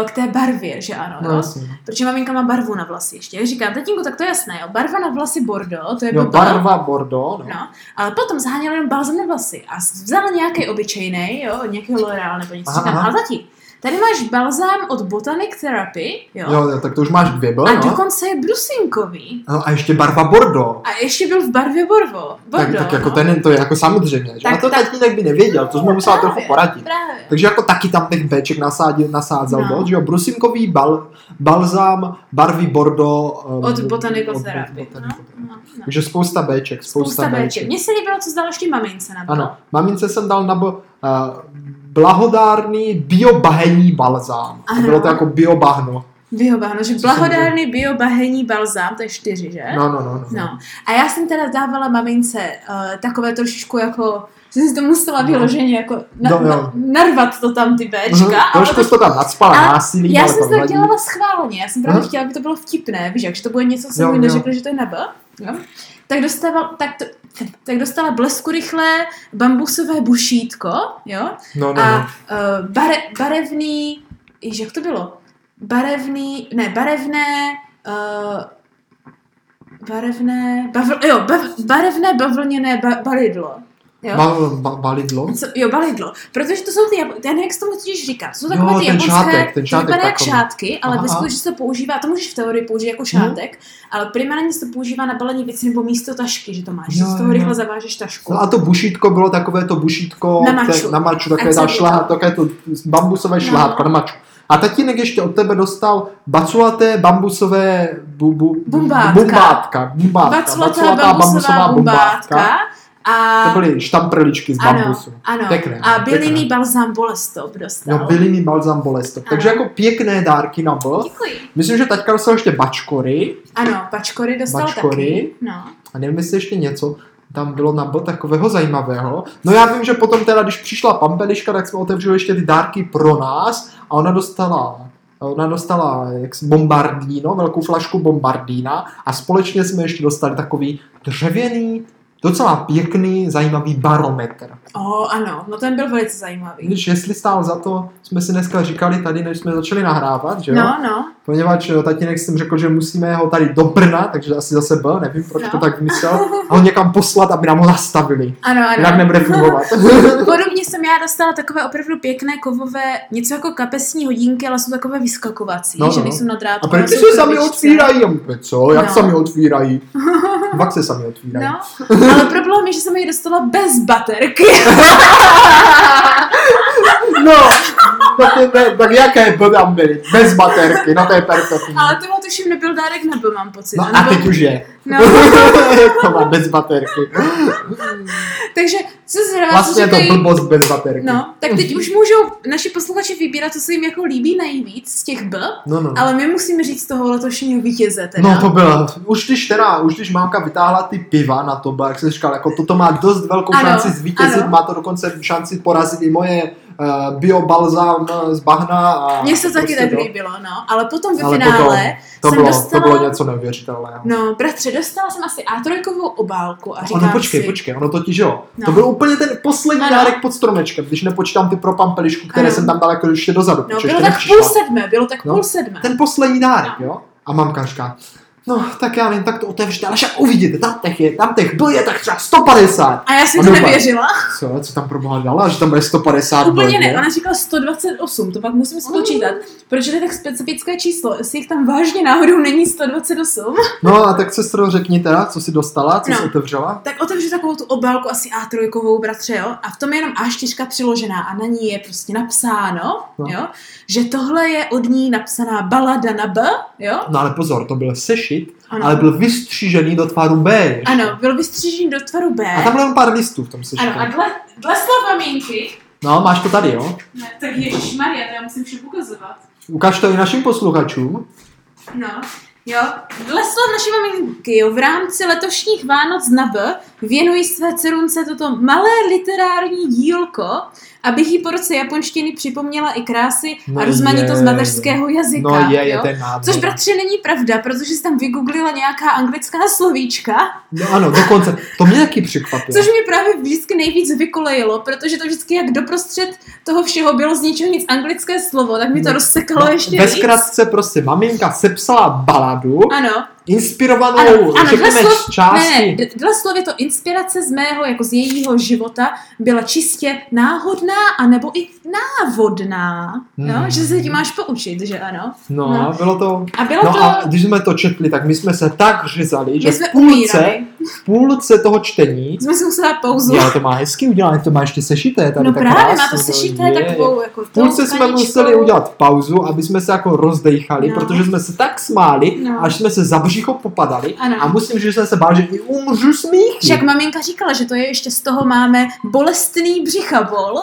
Speaker 2: eh, k té barvě, že ano?
Speaker 1: No,
Speaker 2: jo?
Speaker 1: jasně.
Speaker 2: Protože maminka má barvu na vlasy ještě. Já říkám, tatínku, tak to je jasné, jo. Barva na vlasy bordo, jako to je
Speaker 1: Jo,
Speaker 2: potom.
Speaker 1: barva bordo, no.
Speaker 2: No, ale potom zháněl jenom balzam na vlasy a vzal nějaký obyčejný, jo, od nějakého L'Oreal nebo něco
Speaker 1: Aha,
Speaker 2: tam.
Speaker 1: aha.
Speaker 2: Ale tati, tady máš balzám od Botanic Therapy, jo,
Speaker 1: Jo, jo, tak to už máš dvě, byl,
Speaker 2: no. a jako-
Speaker 1: no.
Speaker 2: dokonce je brusinkový.
Speaker 1: no. a ještě barva bordo.
Speaker 2: A ještě byl v barvě borvo. Bordo,
Speaker 1: tak, tak jako
Speaker 2: no.
Speaker 1: ten, to je jako samozřejmě, že?
Speaker 2: Tak-
Speaker 1: A to
Speaker 2: tak-
Speaker 1: tatínek by nevěděl, to jsme musela trochu poradit.
Speaker 2: Právě.
Speaker 1: Takže jako taky tam těch Bček nasádil, nasázel
Speaker 2: No.
Speaker 1: no. dost, že jo, brusinkový bal, balzám, barvy bordo. Um,
Speaker 2: Od Botanical Therapy. No,
Speaker 1: Botanical Therapy.
Speaker 2: no, no.
Speaker 1: Takže spousta Bček, spousta,
Speaker 2: Spousta
Speaker 1: Bček.
Speaker 2: Bček. Mně se líbilo, co zdal ještě mamince na to.
Speaker 1: Ano, mamince jsem dal na uh, blahodárný biobahenní balzám.
Speaker 2: Ano.
Speaker 1: Ano. Bylo to jako biobahno.
Speaker 2: Biobahno, no, že
Speaker 1: jsem
Speaker 2: blahodárný biobahenní balzám, to je čtyři, že?
Speaker 1: No, no, no. no.
Speaker 2: No. A já jsem teda dávala mamince uh, takové trošičku jako, že jsem si to musela vyloženě jako na,
Speaker 1: No, jo.
Speaker 2: na, narvat to tam ty
Speaker 1: Mhm,
Speaker 2: Bčka. ale
Speaker 1: Trošku jsi to tam nadspala
Speaker 2: A
Speaker 1: násilí,
Speaker 2: já
Speaker 1: ale
Speaker 2: jsem
Speaker 1: to
Speaker 2: si to
Speaker 1: nevadí.
Speaker 2: dělala schválně, já jsem právě
Speaker 1: Mhm.
Speaker 2: chtěla, aby to bylo vtipné, víš, jak, že to bude něco, co jsem
Speaker 1: Jo,
Speaker 2: mi
Speaker 1: jo.
Speaker 2: neřekla, že to je na B. Jo? Tak, dostával, tak, to, tak dostala blesku rychlé bambusové bušítko, jo,
Speaker 1: No, no,
Speaker 2: a
Speaker 1: no.
Speaker 2: uh, bare, barevný, již jak to bylo? Barevný, ne, barevné, uh, barevné, bavl, jo, bav, barevné bavlněné ba, balidlo. Jo?
Speaker 1: Bal, ba, balidlo?
Speaker 2: Co, jo, balidlo. Protože to jsou ty, jab- já nevím, jak se tomu totiž říká. Jsou takové
Speaker 1: Jo,
Speaker 2: ty
Speaker 1: ten
Speaker 2: japonské,
Speaker 1: šátek, ten šátek
Speaker 2: to vypadá jak
Speaker 1: takový.
Speaker 2: šátky, ale
Speaker 1: Aha. Mhm.
Speaker 2: ve skutečnosti se to používá, to můžeš v teorii použít jako šátek, ale primárně se to používá na balení věcí nebo místo tašky, že to máš, že
Speaker 1: Jo,
Speaker 2: z toho
Speaker 1: jo.
Speaker 2: rychle zavážeš tašku.
Speaker 1: No a to bušítko bylo takové to bušítko
Speaker 2: Na maču. No.
Speaker 1: te- na maču
Speaker 2: A
Speaker 1: takové,
Speaker 2: co
Speaker 1: ta
Speaker 2: je to?
Speaker 1: šlahá, takové to bambusové šlahátko na maču. A tatínek ještě od tebe dostal baculaté bambusové bu, bu,
Speaker 2: Bumbátka.
Speaker 1: bumbátka. bumbátka.
Speaker 2: Baculatá bambusová bombátka a...
Speaker 1: To byly štamprličky z bambusu.
Speaker 2: Ano,
Speaker 1: Pěkné,
Speaker 2: a
Speaker 1: pěkné.
Speaker 2: bylinný balzám Bolestop dostal.
Speaker 1: No, byliny balzam bolestov. Takže
Speaker 2: Ano.
Speaker 1: jako pěkné dárky na B.
Speaker 2: Děkuji.
Speaker 1: Myslím, že taťka dostal ještě bačkory.
Speaker 2: Ano, pačkory dostal
Speaker 1: Bačkory.
Speaker 2: taky. No.
Speaker 1: A nevím, jestli ještě něco tam bylo na B takového zajímavého. No já vím, že potom teda, když přišla Pampeliška, tak jsme otevřeli ještě ty dárky pro nás a ona dostala ona dostala jak si, bombardíno, velkou flašku bombardína a společně jsme ještě dostali takový dřevěný, docela pěkný, zajímavý barometr.
Speaker 2: O, ano, no ten byl velice zajímavý.
Speaker 1: Když jestli stál za to, jsme si dneska říkali tady, než jsme začali nahrávat, že jo?
Speaker 2: No, no,
Speaker 1: Poněvadž eh, tatínek jsem řekl, že musíme ho tady do Brna, takže asi zase byl, nevím, proč
Speaker 2: No.
Speaker 1: no. to tak myslel, a ho někam poslat, aby nám ho zastavili.
Speaker 2: ano,
Speaker 1: Jinak
Speaker 2: ano.
Speaker 1: nebude fungovat.
Speaker 2: Podobně jsem já dostala takové opravdu pěkné kovové, něco jako kapesní hodinky, ale jsou takové vyskakovací,
Speaker 1: No,
Speaker 2: že
Speaker 1: no.
Speaker 2: nejsou na drátku.
Speaker 1: A proč
Speaker 2: ale
Speaker 1: ty
Speaker 2: jsou
Speaker 1: se sami
Speaker 2: krbičce.
Speaker 1: otvírají? Já mu řekl, Co? Jak
Speaker 2: No.
Speaker 1: sami otvírají? Pak se sami otvírají.
Speaker 2: No, ale problém je, že jsem ji dostala bez baterky.
Speaker 1: No, no to ne, tak jaké by tam byly? Bez baterky, no to je perfektní.
Speaker 2: Ale to tuším nebyl dárek na B, mám pocit.
Speaker 1: No a
Speaker 2: Nebo-
Speaker 1: teď už je.
Speaker 2: No.
Speaker 1: to má bez baterky.
Speaker 2: Takže co zrovna
Speaker 1: Vlastně je to
Speaker 2: říkají...
Speaker 1: blbost bez baterky.
Speaker 2: No, tak teď už můžou naši posluchači vybírat, co se jim jako líbí nejvíc z těch B,
Speaker 1: no, no.
Speaker 2: ale my musíme říct toho letošního vítěze teda.
Speaker 1: No to bylo, už když teda, už když mámka vytáhla ty piva na to, jak jsem říkal, jako toto má dost velkou ano,
Speaker 2: Ano,
Speaker 1: šanci zvítězit,
Speaker 2: ano.
Speaker 1: ano. má to dokonce šanci porazit i moje uh, biobalzám z bahna. a
Speaker 2: Mně se to taky
Speaker 1: prostě
Speaker 2: tak
Speaker 1: to-
Speaker 2: líbilo, no, ale potom ve
Speaker 1: Ale
Speaker 2: finále,
Speaker 1: To
Speaker 2: jsem
Speaker 1: bylo,
Speaker 2: dostala-
Speaker 1: to bylo něco neuvěřitelného.
Speaker 2: no bratře, dostala jsem asi A3 obálku a No, říkám
Speaker 1: Ono počkej,
Speaker 2: si,
Speaker 1: počkej, ono totiž jo.
Speaker 2: No.
Speaker 1: No. To byl úplně ten poslední
Speaker 2: Ano.
Speaker 1: dárek pod stromečkem, když nepočítám ty pro pampelišku, které
Speaker 2: Ano.
Speaker 1: ano. jsem tam dal jako ještě dozadu.
Speaker 2: no
Speaker 1: protože
Speaker 2: bylo
Speaker 1: ještě
Speaker 2: tak
Speaker 1: nepřišla.
Speaker 2: půl sedmé, bylo tak
Speaker 1: No,
Speaker 2: půl sedmé.
Speaker 1: ten poslední dárek, jo? A mamka říká, no tak já nevím, tak to otevřete, ale však uvidíte, tam těch je, tam těch byl je tak třeba 150.
Speaker 2: A já jsem
Speaker 1: On
Speaker 2: to
Speaker 1: úplně-
Speaker 2: nevěřila,
Speaker 1: Co, co tam proboha dala, že tam bude 150
Speaker 2: úplně
Speaker 1: bojů,
Speaker 2: ne, ona říkala 128, to pak musím spočítat,
Speaker 1: Mm.
Speaker 2: protože to je tak specifické číslo, jestli jich tam vážně náhodou není 128,
Speaker 1: No a tak sestro, řekni teda, co jsi dostala, co
Speaker 2: No.
Speaker 1: jsi otevřela.
Speaker 2: tak otevřu takovou tu obálku asi A3, bratře, jo? A v tom je jenom A4 přiložená a na ní je prostě napsáno, no.
Speaker 1: No.
Speaker 2: jo? Že tohle je od ní napsaná balada na B, jo?
Speaker 1: No ale pozor, to byl sešit,
Speaker 2: Ano.
Speaker 1: ale byl vystřížený do tvaru B. ještě.
Speaker 2: Ano, byl vystřížený do tvaru B.
Speaker 1: A tam bylo jen pár listů v tom sešitu.
Speaker 2: ano, a dle, dle slov maminky,
Speaker 1: No, máš to tady, jo?
Speaker 2: ne, tak Maria, to já musím vše ukazovat.
Speaker 1: Ukaž to i našim posluchačům.
Speaker 2: No, Jo, leslo naše maminky jo, v rámci letošních Vánoc na B věnují své cerunce toto malé literární dílko, abych jí po roce japonštiny připomněla i krásy
Speaker 1: No
Speaker 2: a rozmanitost
Speaker 1: je.
Speaker 2: mateřského jazyka.
Speaker 1: No je, je
Speaker 2: jo?
Speaker 1: ten nádherný.
Speaker 2: Což bratře není pravda, protože jsi tam vygooglila nějaká anglická slovíčka,
Speaker 1: No ano, dokonce. To mě taky překvapilo.
Speaker 2: což mě právě vždycky nejvíc vykolejilo, protože to vždycky jak doprostřed toho všeho bylo z ničeho nic anglické slovo, tak mi to
Speaker 1: No,
Speaker 2: rozsekalo ještě
Speaker 1: ve
Speaker 2: víc.
Speaker 1: zkratce prostě maminka sepsala baladu,
Speaker 2: Ano, Ano,
Speaker 1: inspirovanou,
Speaker 2: ano,
Speaker 1: řekněme,
Speaker 2: dle
Speaker 1: z části.
Speaker 2: Ne, ne, dle slov je to inspirace z mého, jako z jejího života, byla čistě náhodná, anebo i návodná.
Speaker 1: Hmm.
Speaker 2: Jo? Že se tím máš poučit, že ano.
Speaker 1: No,
Speaker 2: no.
Speaker 1: bylo to...
Speaker 2: A bylo
Speaker 1: No
Speaker 2: to...
Speaker 1: a když jsme to četli, tak my jsme se tak řezali, že
Speaker 2: my jsme
Speaker 1: v půlce,
Speaker 2: umírali. No,
Speaker 1: v půlce toho čtení,
Speaker 2: Jsme si museli dát pauzu.
Speaker 1: ale to má hezky udělané, to má ještě sešité. Tady
Speaker 2: no
Speaker 1: tak
Speaker 2: právě,
Speaker 1: krásně,
Speaker 2: má to
Speaker 1: no,
Speaker 2: sešité
Speaker 1: je.
Speaker 2: takovou jako
Speaker 1: V půlce
Speaker 2: tou
Speaker 1: jsme
Speaker 2: tkaničkou.
Speaker 1: museli udělat pauzu, aby jsme se jako rozdejchali,
Speaker 2: No.
Speaker 1: protože jsme se tak smáli,
Speaker 2: No.
Speaker 1: až jsme se za břicho popadali
Speaker 2: Ano.
Speaker 1: a musím říct, že jsem se bál, že i umřu
Speaker 2: Však
Speaker 1: smíchy.
Speaker 2: maminka říkala, že to je ještě z toho máme bolestný břichabol.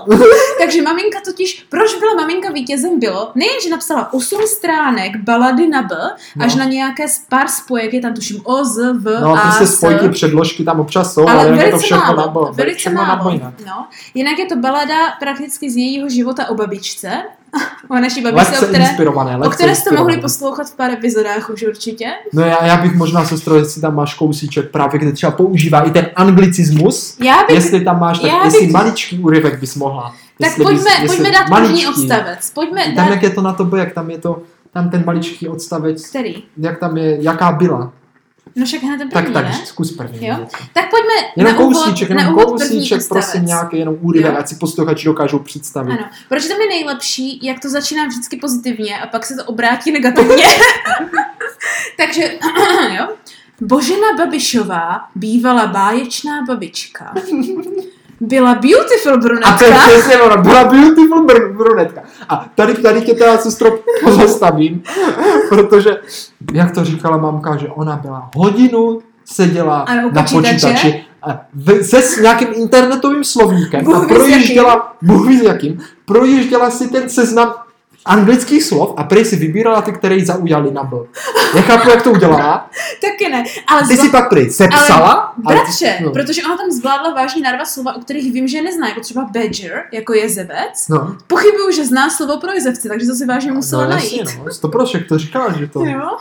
Speaker 2: Takže maminka totiž, proč byla maminka vítězem bylo, nejenže napsala 8 stránek balady na B, až
Speaker 1: No.
Speaker 2: na nějaké z pár spojek, je tam tuším O, Z, V,
Speaker 1: No,
Speaker 2: A,
Speaker 1: ty se
Speaker 2: S.
Speaker 1: spojky předložky tam občas jsou,
Speaker 2: ale
Speaker 1: ale, jinak je to
Speaker 2: velice
Speaker 1: všechno
Speaker 2: málo,
Speaker 1: na bo-
Speaker 2: velice
Speaker 1: všechno na
Speaker 2: málo.
Speaker 1: bojna.
Speaker 2: No. Jinak je to balada prakticky z jejího života o babičce, o naší babičce,
Speaker 1: Lehce
Speaker 2: prostě, o které,
Speaker 1: inspirované,
Speaker 2: o
Speaker 1: lehce
Speaker 2: které jste
Speaker 1: inspirované.
Speaker 2: mohli poslouchat v pár epizodách už určitě.
Speaker 1: No já, já bych možná, sestro, jestli tam máš kousíček právě, kde třeba používá i ten anglicismus,
Speaker 2: Já bych
Speaker 1: jestli tam máš, tak
Speaker 2: já
Speaker 1: jestli
Speaker 2: bych-
Speaker 1: maličký úryvek bys mohla.
Speaker 2: Tak
Speaker 1: Jestli
Speaker 2: pojďme,
Speaker 1: jestli
Speaker 2: pojďme dát první
Speaker 1: maličký.
Speaker 2: odstavec. Pojďme
Speaker 1: Tam,
Speaker 2: dát...
Speaker 1: jak je to na to, jak tam je to, tam ten maličký odstavec,
Speaker 2: Který?
Speaker 1: jak tam je, jaká byla.
Speaker 2: No však hned ten
Speaker 1: Tak,
Speaker 2: první,
Speaker 1: tak,
Speaker 2: ne?
Speaker 1: zkus první.
Speaker 2: Jo. Tak pojďme
Speaker 1: Jenom
Speaker 2: na
Speaker 1: kousíček,
Speaker 2: úvod, na
Speaker 1: jenom
Speaker 2: úvod první
Speaker 1: kousíček,
Speaker 2: odstavec.
Speaker 1: prosím, nějaký jenom úryvek,
Speaker 2: Jo.
Speaker 1: ať si posluchači dokážou představit.
Speaker 2: Ano. Proč tam je nejlepší, jak to začíná vždycky pozitivně a pak se to obrátí negativně. Takže, jo. Božena Babišová, bývala báječná babička. Byla beautiful
Speaker 1: A to je
Speaker 2: brunetka.
Speaker 1: přesně ono, byla beautiful br- brunetka. A tady, tady tě teda sestro pozastavím, protože, jak to říkala mamka, že ona byla hodinu seděla
Speaker 2: Ano, u
Speaker 1: na
Speaker 2: počítače.
Speaker 1: počítači a v, se s nějakým internetovým slovníkem
Speaker 2: Bůh
Speaker 1: a
Speaker 2: ví s
Speaker 1: projížděla, Bůh ví s jakým, projížděla si ten seznam anglických slov a prý si vybírala ty, které jí zaujaly na byl. Nechápu, jak to udělala.
Speaker 2: Taky ne. Ale
Speaker 1: Ty
Speaker 2: zvla-
Speaker 1: si pak prý sepsala. a-
Speaker 2: Bratře,
Speaker 1: no.
Speaker 2: protože ona tam zvládla vážně narvat slova, o kterých vím, že nezná, jako třeba badger, jako jezevec.
Speaker 1: No,
Speaker 2: Pochybuju, že zná slovo pro jezevce, takže to si vážně musela
Speaker 1: no,
Speaker 2: najít.
Speaker 1: jasně, no, to prošek, to říkala, že to...
Speaker 2: Jo?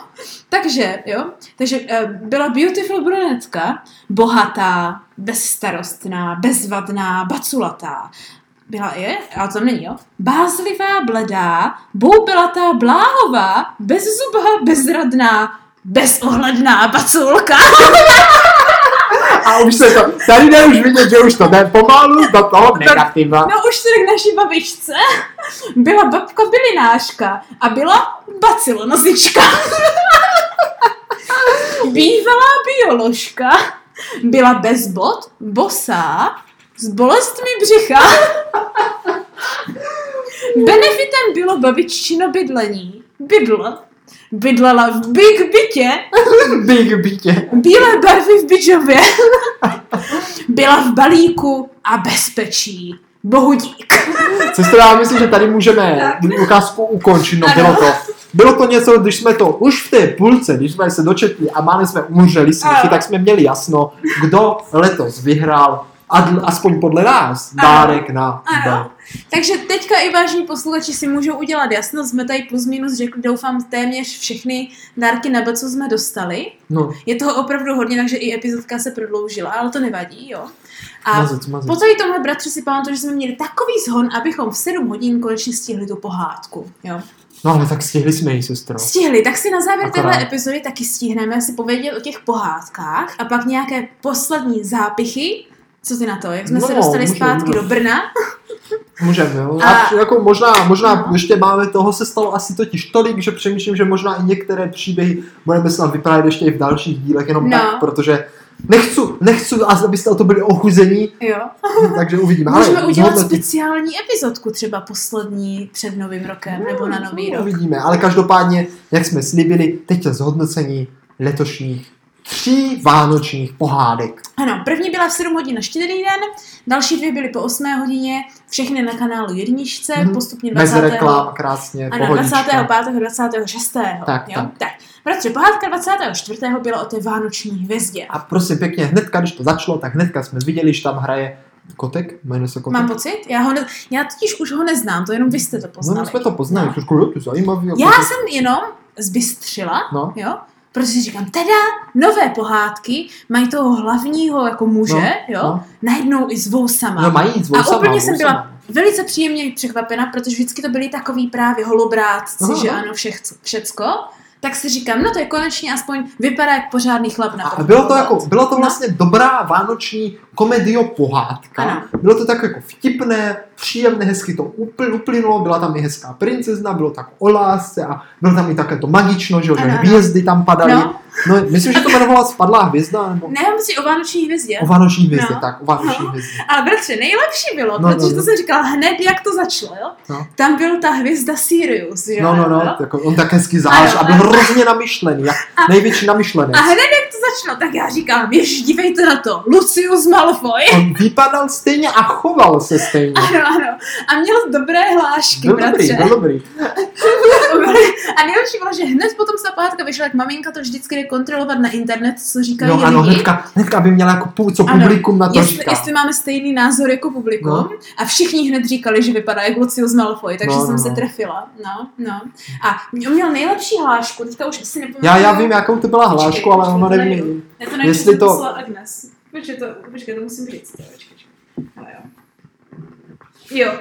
Speaker 2: Takže, jo? Takže eh, byla beautiful brunetka, bohatá, bezstarostná, bezvadná, baculatá. Byla je, ale to tam není, jo? Bázlivá, bledá, boubelatá, bláhová, bezzubá, bezradná, bezohledná baculka.
Speaker 1: A už se to, tady jde už vidět, že už to jde pomalu do toho negativa.
Speaker 2: No už se k naší babičce. Byla babka bylinářka a byla bacilonosička. Bývalá bioložka. Byla bez bod, bosá, s bolestmi břicha. Benefitem bylo babiččino bydlení. Bydla. Bydlela v Big Bytě
Speaker 1: Big bitě.
Speaker 2: Bílé barvy v bičově. Byla v balíku a bezpečí. Bohu dík.
Speaker 1: Sestro, já myslím, že tady můžeme ukázku ukončit, no bylo to. Bylo to něco, když jsme to už v té půlce, když jsme se dočetli a máme jsme umřeli smíchy,
Speaker 2: Ano.
Speaker 1: tak jsme měli jasno, kdo letos vyhrál, adl- aspoň podle nás,
Speaker 2: Ano.
Speaker 1: dárek na
Speaker 2: Ano.
Speaker 1: ano.
Speaker 2: Takže teďka i vážní posluchači si můžou udělat jasno, jsme tady plus minus řekli, doufám, téměř všechny dárky na B, co jsme dostali.
Speaker 1: No,
Speaker 2: Je toho opravdu hodně, takže i epizodka se prodloužila, ale to nevadí, jo. A
Speaker 1: mazec, mazec.
Speaker 2: po celý tomhle bratře si pamatuju, že jsme měli takový zhon, abychom v 7 hodin konečně stihli tu pohádku, jo.
Speaker 1: No ale tak stihli jsme ji, sestro.
Speaker 2: Stihli, tak si na závěr
Speaker 1: No. Akorát.
Speaker 2: téhle epizody taky stihneme si povědět o těch pohádkách a pak nějaké poslední zápichy. Co ty na to? Jak jsme
Speaker 1: No,
Speaker 2: se dostali
Speaker 1: můžeme,
Speaker 2: zpátky
Speaker 1: můžeme.
Speaker 2: do Brna?
Speaker 1: Můžeme, jo.
Speaker 2: A-
Speaker 1: A... Jako možná, možná
Speaker 2: No.
Speaker 1: ještě máme toho se stalo asi totiž tolik, že přemýšlím, že možná i některé příběhy budeme snad vyprávět ještě i v dalších dílech, jenom
Speaker 2: No.
Speaker 1: no. tak, protože nechci, nechci, abyste o to byli ochuzení,
Speaker 2: Jo.
Speaker 1: takže uvidíme.
Speaker 2: Můžeme
Speaker 1: No Ale
Speaker 2: udělat
Speaker 1: zhodnotit-
Speaker 2: speciální epizodku třeba poslední před novým rokem nebo na nový rok.
Speaker 1: Uvidíme, ale každopádně, jak jsme slibili, teď je zhodnocení letošních tří vánočních pohádek.
Speaker 2: Ano, první byla v 7 hodin na štědrý den, další dvě byly po 8 hodině, všechny na kanálu jedničce,
Speaker 1: Mhm.
Speaker 2: mm-hmm. postupně 20.
Speaker 1: Bez reklam, krásně,
Speaker 2: Ano,
Speaker 1: pohodička.
Speaker 2: 25. a 26.
Speaker 1: Tak,
Speaker 2: jo?
Speaker 1: tak.
Speaker 2: tak. Bratře, pohádka 24. byla o té vánoční hvězdě.
Speaker 1: A prosím pěkně, hnedka, když to začalo, tak hnedka jsme viděli, že tam hraje Kotek, jmenuje se Kotek.
Speaker 2: Mám pocit? Já, ho ne... já totiž už ho neznám, to jenom vy jste to
Speaker 1: no, my
Speaker 2: poznali.
Speaker 1: jsme to poznali,
Speaker 2: No.
Speaker 1: trošku jo, to je zajímavý. jako
Speaker 2: Já
Speaker 1: to-
Speaker 2: jsem jenom zbystřila,
Speaker 1: No,
Speaker 2: jo, protože si říkám, teda nové pohádky mají toho hlavního jako muže,
Speaker 1: No,
Speaker 2: jo,
Speaker 1: no.
Speaker 2: najednou i zvou sama.
Speaker 1: no mají zvou
Speaker 2: A
Speaker 1: sama,
Speaker 2: úplně
Speaker 1: zvou
Speaker 2: jsem byla-
Speaker 1: sama.
Speaker 2: Velice příjemně překvapena, protože vždycky to byli takový právě holobrátci,
Speaker 1: Aha,
Speaker 2: že
Speaker 1: aha.
Speaker 2: ano, všech, všecko. Tak si říkám, no to je konečně aspoň vypadá jak pořádný chlap na
Speaker 1: A
Speaker 2: první
Speaker 1: bylo to,
Speaker 2: pohled.
Speaker 1: jako, bylo to
Speaker 2: No.
Speaker 1: vlastně dobrá vánoční komedio pohádka.
Speaker 2: Ano.
Speaker 1: Bylo to tak jako vtipné, příjemné, hezky to upl- uplynulo, byla tam i hezká princezna, bylo tak o lásce a bylo tam i také to magično, že, jo, že
Speaker 2: Ano, ano.
Speaker 1: hvězdy tam padaly. No.
Speaker 2: No,
Speaker 1: no. myslím, že to jmenovala Spadlá hvězda, nebo
Speaker 2: ne, si o vánoční hvězdě.
Speaker 1: o vánoční hvězdě,
Speaker 2: No.
Speaker 1: tak, o vánoční hvězdě.
Speaker 2: Ale bratře, nejlepší bylo,
Speaker 1: No,
Speaker 2: no,
Speaker 1: no,
Speaker 2: protože
Speaker 1: no.
Speaker 2: to jsem říkala hned, jak to začalo, jo?
Speaker 1: No.
Speaker 2: Tam byl ta hvězda Sirius, že
Speaker 1: No,
Speaker 2: jo?
Speaker 1: no, no, jako on tak hezky záž
Speaker 2: Ano,
Speaker 1: a byl
Speaker 2: ano.
Speaker 1: hrozně namyšlený, jak největší namyšlený.
Speaker 2: A hned, jak to začalo, tak já říkám, ježiš, dívejte na to, Lucius Malfoy.
Speaker 1: On vypadal stejně a choval se stejně.
Speaker 2: Ano, ano. A měl dobré hlášky,
Speaker 1: Byl
Speaker 2: bratře.
Speaker 1: No. dobrý, no. byl dobrý.
Speaker 2: A nejlepší bylo, že hned potom se ta pohádka vyšla, jak maminka to vždycky jde kontrolovat na internet, co říkají
Speaker 1: No
Speaker 2: lidi.
Speaker 1: ano, hnedka, hnedka by měla jako půl, co
Speaker 2: Ano,
Speaker 1: publikum na to
Speaker 2: jestli,
Speaker 1: říká.
Speaker 2: jestli máme stejný názor jako publikum.
Speaker 1: No.
Speaker 2: No. A všichni hned říkali, že vypadá jak Lucius Malfoy, takže
Speaker 1: No,
Speaker 2: no, jsem
Speaker 1: no,
Speaker 2: se
Speaker 1: no.
Speaker 2: trefila. No, no. A on měl nejlepší hlášku, teďka už si nepamatuju.
Speaker 1: Já, já vím, jakou to byla hlášku,
Speaker 2: Počkej,
Speaker 1: ale
Speaker 2: počkej,
Speaker 1: ono
Speaker 2: to
Speaker 1: nevím.
Speaker 2: najdu. Já to najdu,
Speaker 1: jestli
Speaker 2: jestli
Speaker 1: to-
Speaker 2: to... poslala Agnes. Počkej, to, počkej, to musím říct. Počkej, počkej. Ale jo. Jo,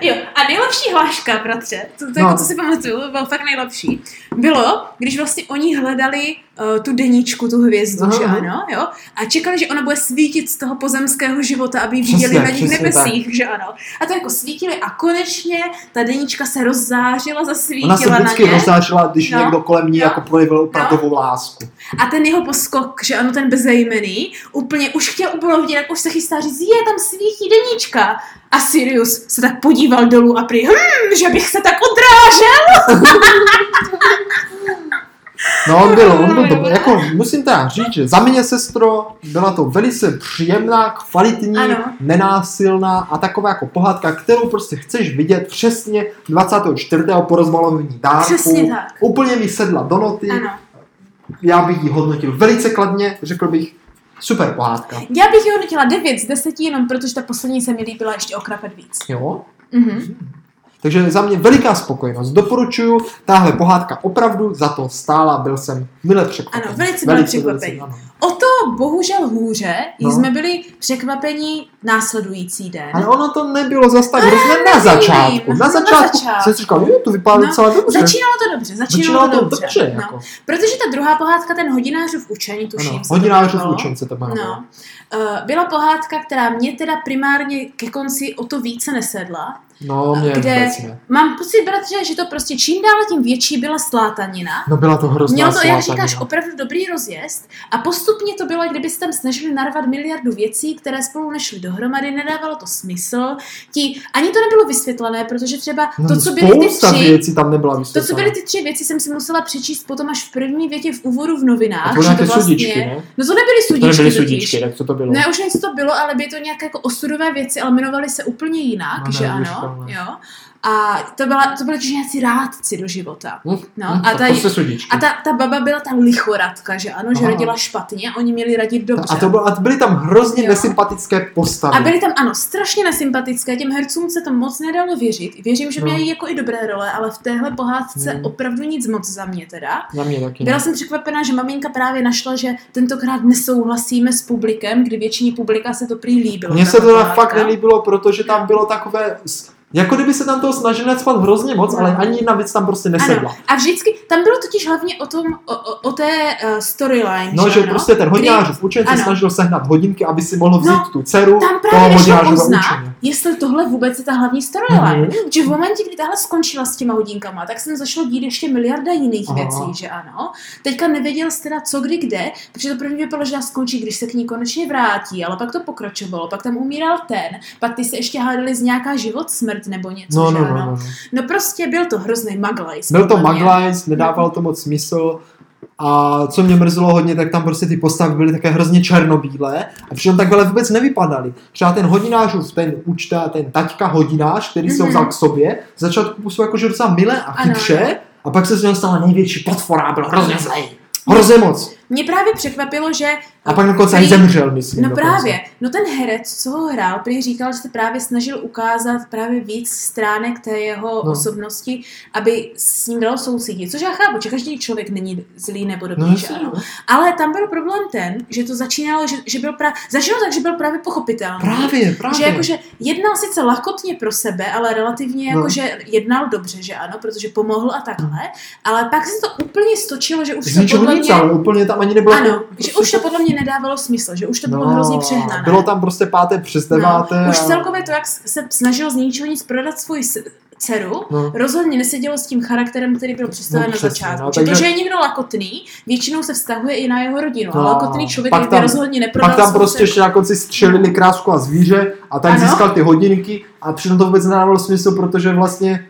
Speaker 2: jo. A nejlepší hláška, bratře, to, to no.
Speaker 1: No.
Speaker 2: jako, co si pamatuju, bylo fakt nejlepší, bylo, když vlastně oni hledali uh, tu deníčku, tu hvězdu,
Speaker 1: Aha,
Speaker 2: že
Speaker 1: aha.
Speaker 2: ano, jo, a čekali, že ona bude svítit z toho pozemského života, aby ji
Speaker 1: Přesně,
Speaker 2: viděli na těch
Speaker 1: přesně
Speaker 2: nebesích, že ano. A to jako svítili a konečně ta deníčka se rozzářila,
Speaker 1: Ona se
Speaker 2: zasvítila na
Speaker 1: vždycky
Speaker 2: ně.
Speaker 1: rozzářila, když
Speaker 2: No,
Speaker 1: někdo kolem ní
Speaker 2: no,
Speaker 1: jako projevil opravdovou lásku.
Speaker 2: A ten jeho poskok, že ano, ten bezejmený, úplně už chtěl uplovnit, jak už se chystá říct, je, tam svítí deníčka. A Sirius se tak podíval dolů a prý, hm, že bych se tak odrážel.
Speaker 1: No, on byl, on byl
Speaker 2: Ano,
Speaker 1: dobrý.
Speaker 2: jo.
Speaker 1: Jako, musím teda říct, že za mě, sestro, byla to velice příjemná, kvalitní,
Speaker 2: Ano.
Speaker 1: nenásilná a taková jako pohádka, kterou prostě chceš vidět přesně 24. po rozmalování dárku.
Speaker 2: Přesně tak.
Speaker 1: Úplně mi sedla do noty.
Speaker 2: Ano.
Speaker 1: Já bych ji hodnotil velice kladně, řekl bych, super pohádka.
Speaker 2: Já bych ji hodnotila 9 z 10, jenom protože ta poslední se mi líbila ještě o krapet víc.
Speaker 1: Jo?
Speaker 2: Mhm.
Speaker 1: Takže za mě veliká spokojenost. Doporučuju, tahle pohádka opravdu za to stála, byl jsem mile překvapen.
Speaker 2: Ano, velice byli překvapení.
Speaker 1: ano.
Speaker 2: O to bohužel hůře
Speaker 1: No.
Speaker 2: no. jsme byli překvapeni následující den.
Speaker 1: Ale ono to nebylo zas tak hrozné na
Speaker 2: nevím, no,
Speaker 1: začátku. Na
Speaker 2: na
Speaker 1: začátku
Speaker 2: začátku.
Speaker 1: jsem si říkal, jo, to vypadá
Speaker 2: No,
Speaker 1: docela dobře.
Speaker 2: Začínalo to dobře, začínalo,
Speaker 1: Začínalo to
Speaker 2: dobře.
Speaker 1: dobře.
Speaker 2: no.
Speaker 1: Jako.
Speaker 2: Protože ta druhá pohádka, ten hodinářův učení, tuším.
Speaker 1: Ano,
Speaker 2: se to
Speaker 1: hodinářů v
Speaker 2: jmenovalo.
Speaker 1: učence to jmenovalo.
Speaker 2: No. Eh, Byla pohádka, která mě teda primárně ke konci o to více nesedla.
Speaker 1: No, mě
Speaker 2: Kde-
Speaker 1: vůbec ne.
Speaker 2: Mám pocit, bratře, že to prostě čím dál tím větší byla slátanina.
Speaker 1: No byla to hrozná no.
Speaker 2: Mělo to, jak
Speaker 1: slátanina.
Speaker 2: říkáš, opravdu dobrý rozjezd a postupně to bylo, jak kdyby se tam snažili narvat miliardu věcí, které spolu nešly dohromady, nedávalo to smysl. Ti, ani to nebylo vysvětlené, protože třeba
Speaker 1: No,
Speaker 2: to, co byly ty
Speaker 1: spousta
Speaker 2: tři,
Speaker 1: věcí tam nebyla
Speaker 2: to, co
Speaker 1: vysvětlena.
Speaker 2: byly ty tři věci, jsem si musela přečíst potom až v první větě v úvodu v novinách.
Speaker 1: A to
Speaker 2: že
Speaker 1: nějaké sudičky, ne?
Speaker 2: No to nebyly sudičky,
Speaker 1: To nebyly
Speaker 2: totiž.
Speaker 1: sudičky, tak co to bylo?
Speaker 2: Ne, už něco to bylo, ale by to nějaké jako osudové věci, ale jmenovaly se úplně jinak,
Speaker 1: No,
Speaker 2: no, že ano.
Speaker 1: neuvěřitelné.
Speaker 2: Jo. A to, byla, to byly totiž nějací rádci do života.
Speaker 1: Hm,
Speaker 2: No,
Speaker 1: hm,
Speaker 2: a
Speaker 1: tak
Speaker 2: ta-
Speaker 1: prostě sudičky.
Speaker 2: A ta, ta baba byla ta lichoradka, že ano, že
Speaker 1: Aha.
Speaker 2: rodila špatně a oni měli radit dobře.
Speaker 1: A, to bylo, a byly tam hrozně
Speaker 2: Jo.
Speaker 1: nesympatické postavy.
Speaker 2: a byly tam, ano, strašně nesympatické, těm hercům se to moc nedalo věřit. Věřím, že
Speaker 1: No.
Speaker 2: měli jako i dobré role, ale v téhle pohádce
Speaker 1: Hmm. No.
Speaker 2: opravdu nic moc za mě teda.
Speaker 1: Na mě taky.
Speaker 2: Byla
Speaker 1: Byla...
Speaker 2: jsem překvapená, že maminka právě našla, že tentokrát nesouhlasíme s publikem, kdy většině publika se to no. prý líbilo.
Speaker 1: Mně se
Speaker 2: tahle
Speaker 1: to
Speaker 2: pohádka.
Speaker 1: fakt nelíbilo, protože tam bylo takové... s- Jako kdyby se tam toho snažili nacpat hrozně moc,
Speaker 2: No.
Speaker 1: ale ani jedna věc tam prostě nesedla.
Speaker 2: A vždycky, tam bylo totiž hlavně o tom, o, o, o té uh, storyline,
Speaker 1: No, že
Speaker 2: ano?
Speaker 1: prostě ten hodinář v učen se
Speaker 2: Ano.
Speaker 1: snažil sehnat hodinky, aby si mohl vzít
Speaker 2: No,
Speaker 1: tu dceru
Speaker 2: Tam
Speaker 1: toho
Speaker 2: právě nešlo
Speaker 1: hodinářova
Speaker 2: poznat,
Speaker 1: učeně.
Speaker 2: jestli tohle vůbec je ta hlavní storyline.
Speaker 1: Mhm.
Speaker 2: Mm-hmm. Že v momentě, kdy tahle skončila s těma hodinkama, tak jsem začala dít ještě miliarda jiných
Speaker 1: Aha.
Speaker 2: Aha. věcí, že ano. Teďka nevěděl jsi teda co kdy kde, protože to první vypadalo, že ta skončí, když se k ní konečně vrátí, ale pak to pokračovalo, pak tam umíral ten, pak ty se ještě hádali z nějaká život, smrt nebo něco,
Speaker 1: No,
Speaker 2: že
Speaker 1: no, no,
Speaker 2: ano.
Speaker 1: no. no.
Speaker 2: No prostě byl to hrozný maglajs.
Speaker 1: Byl to
Speaker 2: podle mě.
Speaker 1: maglajs, nedával to moc smysl. A co mě mrzelo hodně, tak tam prostě ty postavy byly také hrozně černobílé a přitom takhle vůbec nevypadaly. Třeba ten hodinářův, ten účta, ten taťka hodinář, který mm-hmm. se ho vzal k sobě, v začátku působil jakože docela milé a
Speaker 2: Mhm. Ano.
Speaker 1: chytře, a pak se z něho stala největší potvora a byl hrozně zlej. Hrozně moc.
Speaker 2: Mě právě překvapilo, že...
Speaker 1: A pak dokonce i
Speaker 2: prý-
Speaker 1: zemřel, myslím.
Speaker 2: No
Speaker 1: dokonce.
Speaker 2: právě, no ten herec, co ho hrál, prý říkal, že se právě snažil ukázat právě víc stránek té jeho
Speaker 1: No.
Speaker 2: no. osobnosti, aby s ním dalo soucítit. Což já chápu, že každý člověk není zlý nebo
Speaker 1: No,
Speaker 2: dobrý, že
Speaker 1: jasně,
Speaker 2: ano.
Speaker 1: no.
Speaker 2: Ale tam byl problém ten, že to začínalo, že, že byl právě, začalo tak, že byl právě pochopitelný.
Speaker 1: právě, právě.
Speaker 2: Že jakože jednal sice lakotně pro sebe, ale relativně
Speaker 1: No.
Speaker 2: jakože jednal dobře, že ano, protože pomohl a takhle, ale pak se to úplně stočilo, že už
Speaker 1: z
Speaker 2: to
Speaker 1: ničeho
Speaker 2: podle
Speaker 1: nic,
Speaker 2: mě...
Speaker 1: ale úplně tam ani nebylo. jako-
Speaker 2: Ano, že už to podle mě nedávalo smysl, že už to bylo
Speaker 1: No,
Speaker 2: hrozně přehnané. No,
Speaker 1: Bylo tam prostě páté přes deváté.
Speaker 2: Už
Speaker 1: a-
Speaker 2: celkově to, jak se snažil z ničeho nic prodat svůj s- dceru,
Speaker 1: No.
Speaker 2: rozhodně nesedělo s tím charakterem, který byl představen
Speaker 1: No,
Speaker 2: no, na
Speaker 1: přesně,
Speaker 2: začátku.
Speaker 1: no,
Speaker 2: No, takže...
Speaker 1: takže-
Speaker 2: To, že je někdo lakotný, většinou se vztahuje i na jeho rodinu.
Speaker 1: No,
Speaker 2: No, a lakotný člověk
Speaker 1: pak
Speaker 2: nikdy
Speaker 1: tam-
Speaker 2: rozhodně neprodal
Speaker 1: Pak tam
Speaker 2: svou
Speaker 1: prostě
Speaker 2: dceru.
Speaker 1: ještě na konci střelili krásku a zvíře a tak
Speaker 2: No. Ano.
Speaker 1: získal ty hodinky a přitom to vůbec nedávalo smysl, protože vlastně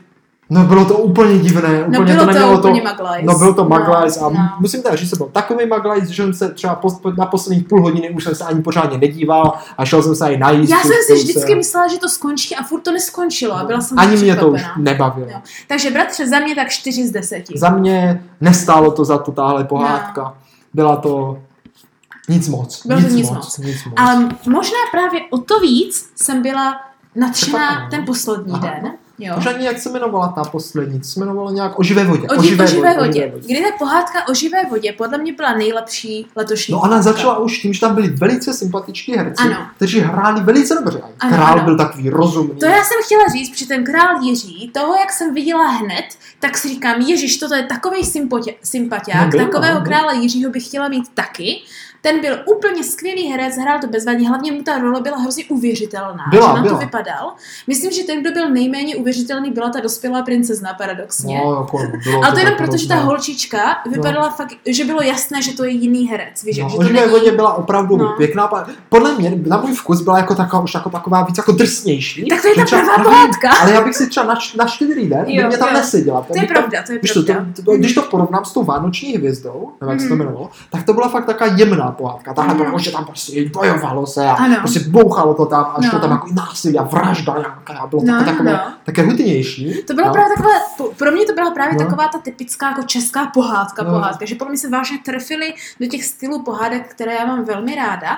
Speaker 1: no bylo to úplně divné, úplně
Speaker 2: No bylo
Speaker 1: to
Speaker 2: to,
Speaker 1: nemělo
Speaker 2: úplně
Speaker 1: to,
Speaker 2: Maglajs.
Speaker 1: No byl to Maglajs
Speaker 2: no,
Speaker 1: a
Speaker 2: no.
Speaker 1: musím teda říct, že byl takový Maglajs, že jsem se třeba pos- na posledních půl hodiny už jsem se ani pořádně nedíval a šel jsem se ani najíst.
Speaker 2: Já jsem si
Speaker 1: už
Speaker 2: vždycky myslela, že to skončí a furt to neskončilo a byla jsem
Speaker 1: Ani
Speaker 2: tak
Speaker 1: mě to už
Speaker 2: překvapená.
Speaker 1: nebavilo.
Speaker 2: Jo. Takže bratře, za mě tak 4 z 10.
Speaker 1: Za mě nestálo to za to tahle pohádka. Byla to nic moc.
Speaker 2: No. Bylo to
Speaker 1: nic,
Speaker 2: nic
Speaker 1: moc,
Speaker 2: moc.
Speaker 1: Nic moc.
Speaker 2: Ale možná právě o to víc jsem byla nadšená
Speaker 1: Překvapená.
Speaker 2: ten poslední
Speaker 1: Aha.
Speaker 2: den. Jo.
Speaker 1: Už ani jak se jmenovala ta poslední, co se jmenovala nějak o živé vodě.
Speaker 2: No. O, živé, o živé vodě. Kdy ta pohádka o živé vodě podle mě byla nejlepší letošní.
Speaker 1: No ona
Speaker 2: pohádka.
Speaker 1: začala už tím, že tam byli velice sympatiční herci,
Speaker 2: Ano.
Speaker 1: kteří hráli velice dobře. A
Speaker 2: Ano,
Speaker 1: Král
Speaker 2: ano.
Speaker 1: byl takový rozumný.
Speaker 2: To já jsem chtěla říct, protože ten král Jiří, toho, jak jsem viděla hned, tak si říkám, ježiš, toto je takový sympatiák,
Speaker 1: No, byl,
Speaker 2: takového
Speaker 1: no, byl.
Speaker 2: krále Jiřího bych chtěla mít taky. Ten byl úplně skvělý herec, hrál to bezvadně, hlavně mu ta role byla hrozně uvěřitelná,
Speaker 1: Byla,
Speaker 2: že na
Speaker 1: byla.
Speaker 2: to vypadal. Myslím, že ten, kdo byl nejméně uvěřitelný, byla ta dospělá princezna, paradoxně.
Speaker 1: No, jako, bylo
Speaker 2: Ale to jenom
Speaker 1: tak
Speaker 2: proto, že ta
Speaker 1: hrozné.
Speaker 2: holčička vypadala fakt, že bylo jasné, že to je jiný herec, víš,
Speaker 1: No,
Speaker 2: že
Speaker 1: o
Speaker 2: to
Speaker 1: živé
Speaker 2: není...
Speaker 1: vodě byla opravdu
Speaker 2: No.
Speaker 1: pěkná. pa- Podle mě, na můj vkus byla jako taková, už jako taková víc jako drsnější.
Speaker 2: Tak to je
Speaker 1: Že
Speaker 2: ta
Speaker 1: třeba-
Speaker 2: pravá
Speaker 1: nevím,
Speaker 2: pohádka.
Speaker 1: Ale já bych si třeba na, č- na čtyři den, by
Speaker 2: Jo,
Speaker 1: mě tam
Speaker 2: jo.
Speaker 1: neseděla.
Speaker 2: To je
Speaker 1: bych tam-
Speaker 2: pravda, to je
Speaker 1: Když to, to,
Speaker 2: pravda.
Speaker 1: to, když to porovnám s tou Vánoční hvězdou, nebo jak se to
Speaker 2: Mhm.
Speaker 1: jmenovalo, tak to byla fakt taková jemná pohádka. Tahle
Speaker 2: Mhm.
Speaker 1: byla, jako, že tam prostě bojovalo se a
Speaker 2: Ano.
Speaker 1: prostě bouchalo to tam a šlo
Speaker 2: No.
Speaker 1: tam jako násilí a vražda nějaká a bylo
Speaker 2: No,
Speaker 1: no,
Speaker 2: no,
Speaker 1: takové,
Speaker 2: no.
Speaker 1: také hutnější.
Speaker 2: To byla
Speaker 1: no.
Speaker 2: právě taková, po- pro mě to byla právě
Speaker 1: No.
Speaker 2: taková ta typická jako česká pohádka,
Speaker 1: No.
Speaker 2: pohádka, že podle mě se vážně trefili do těch stylů pohádek, které já mám velmi ráda,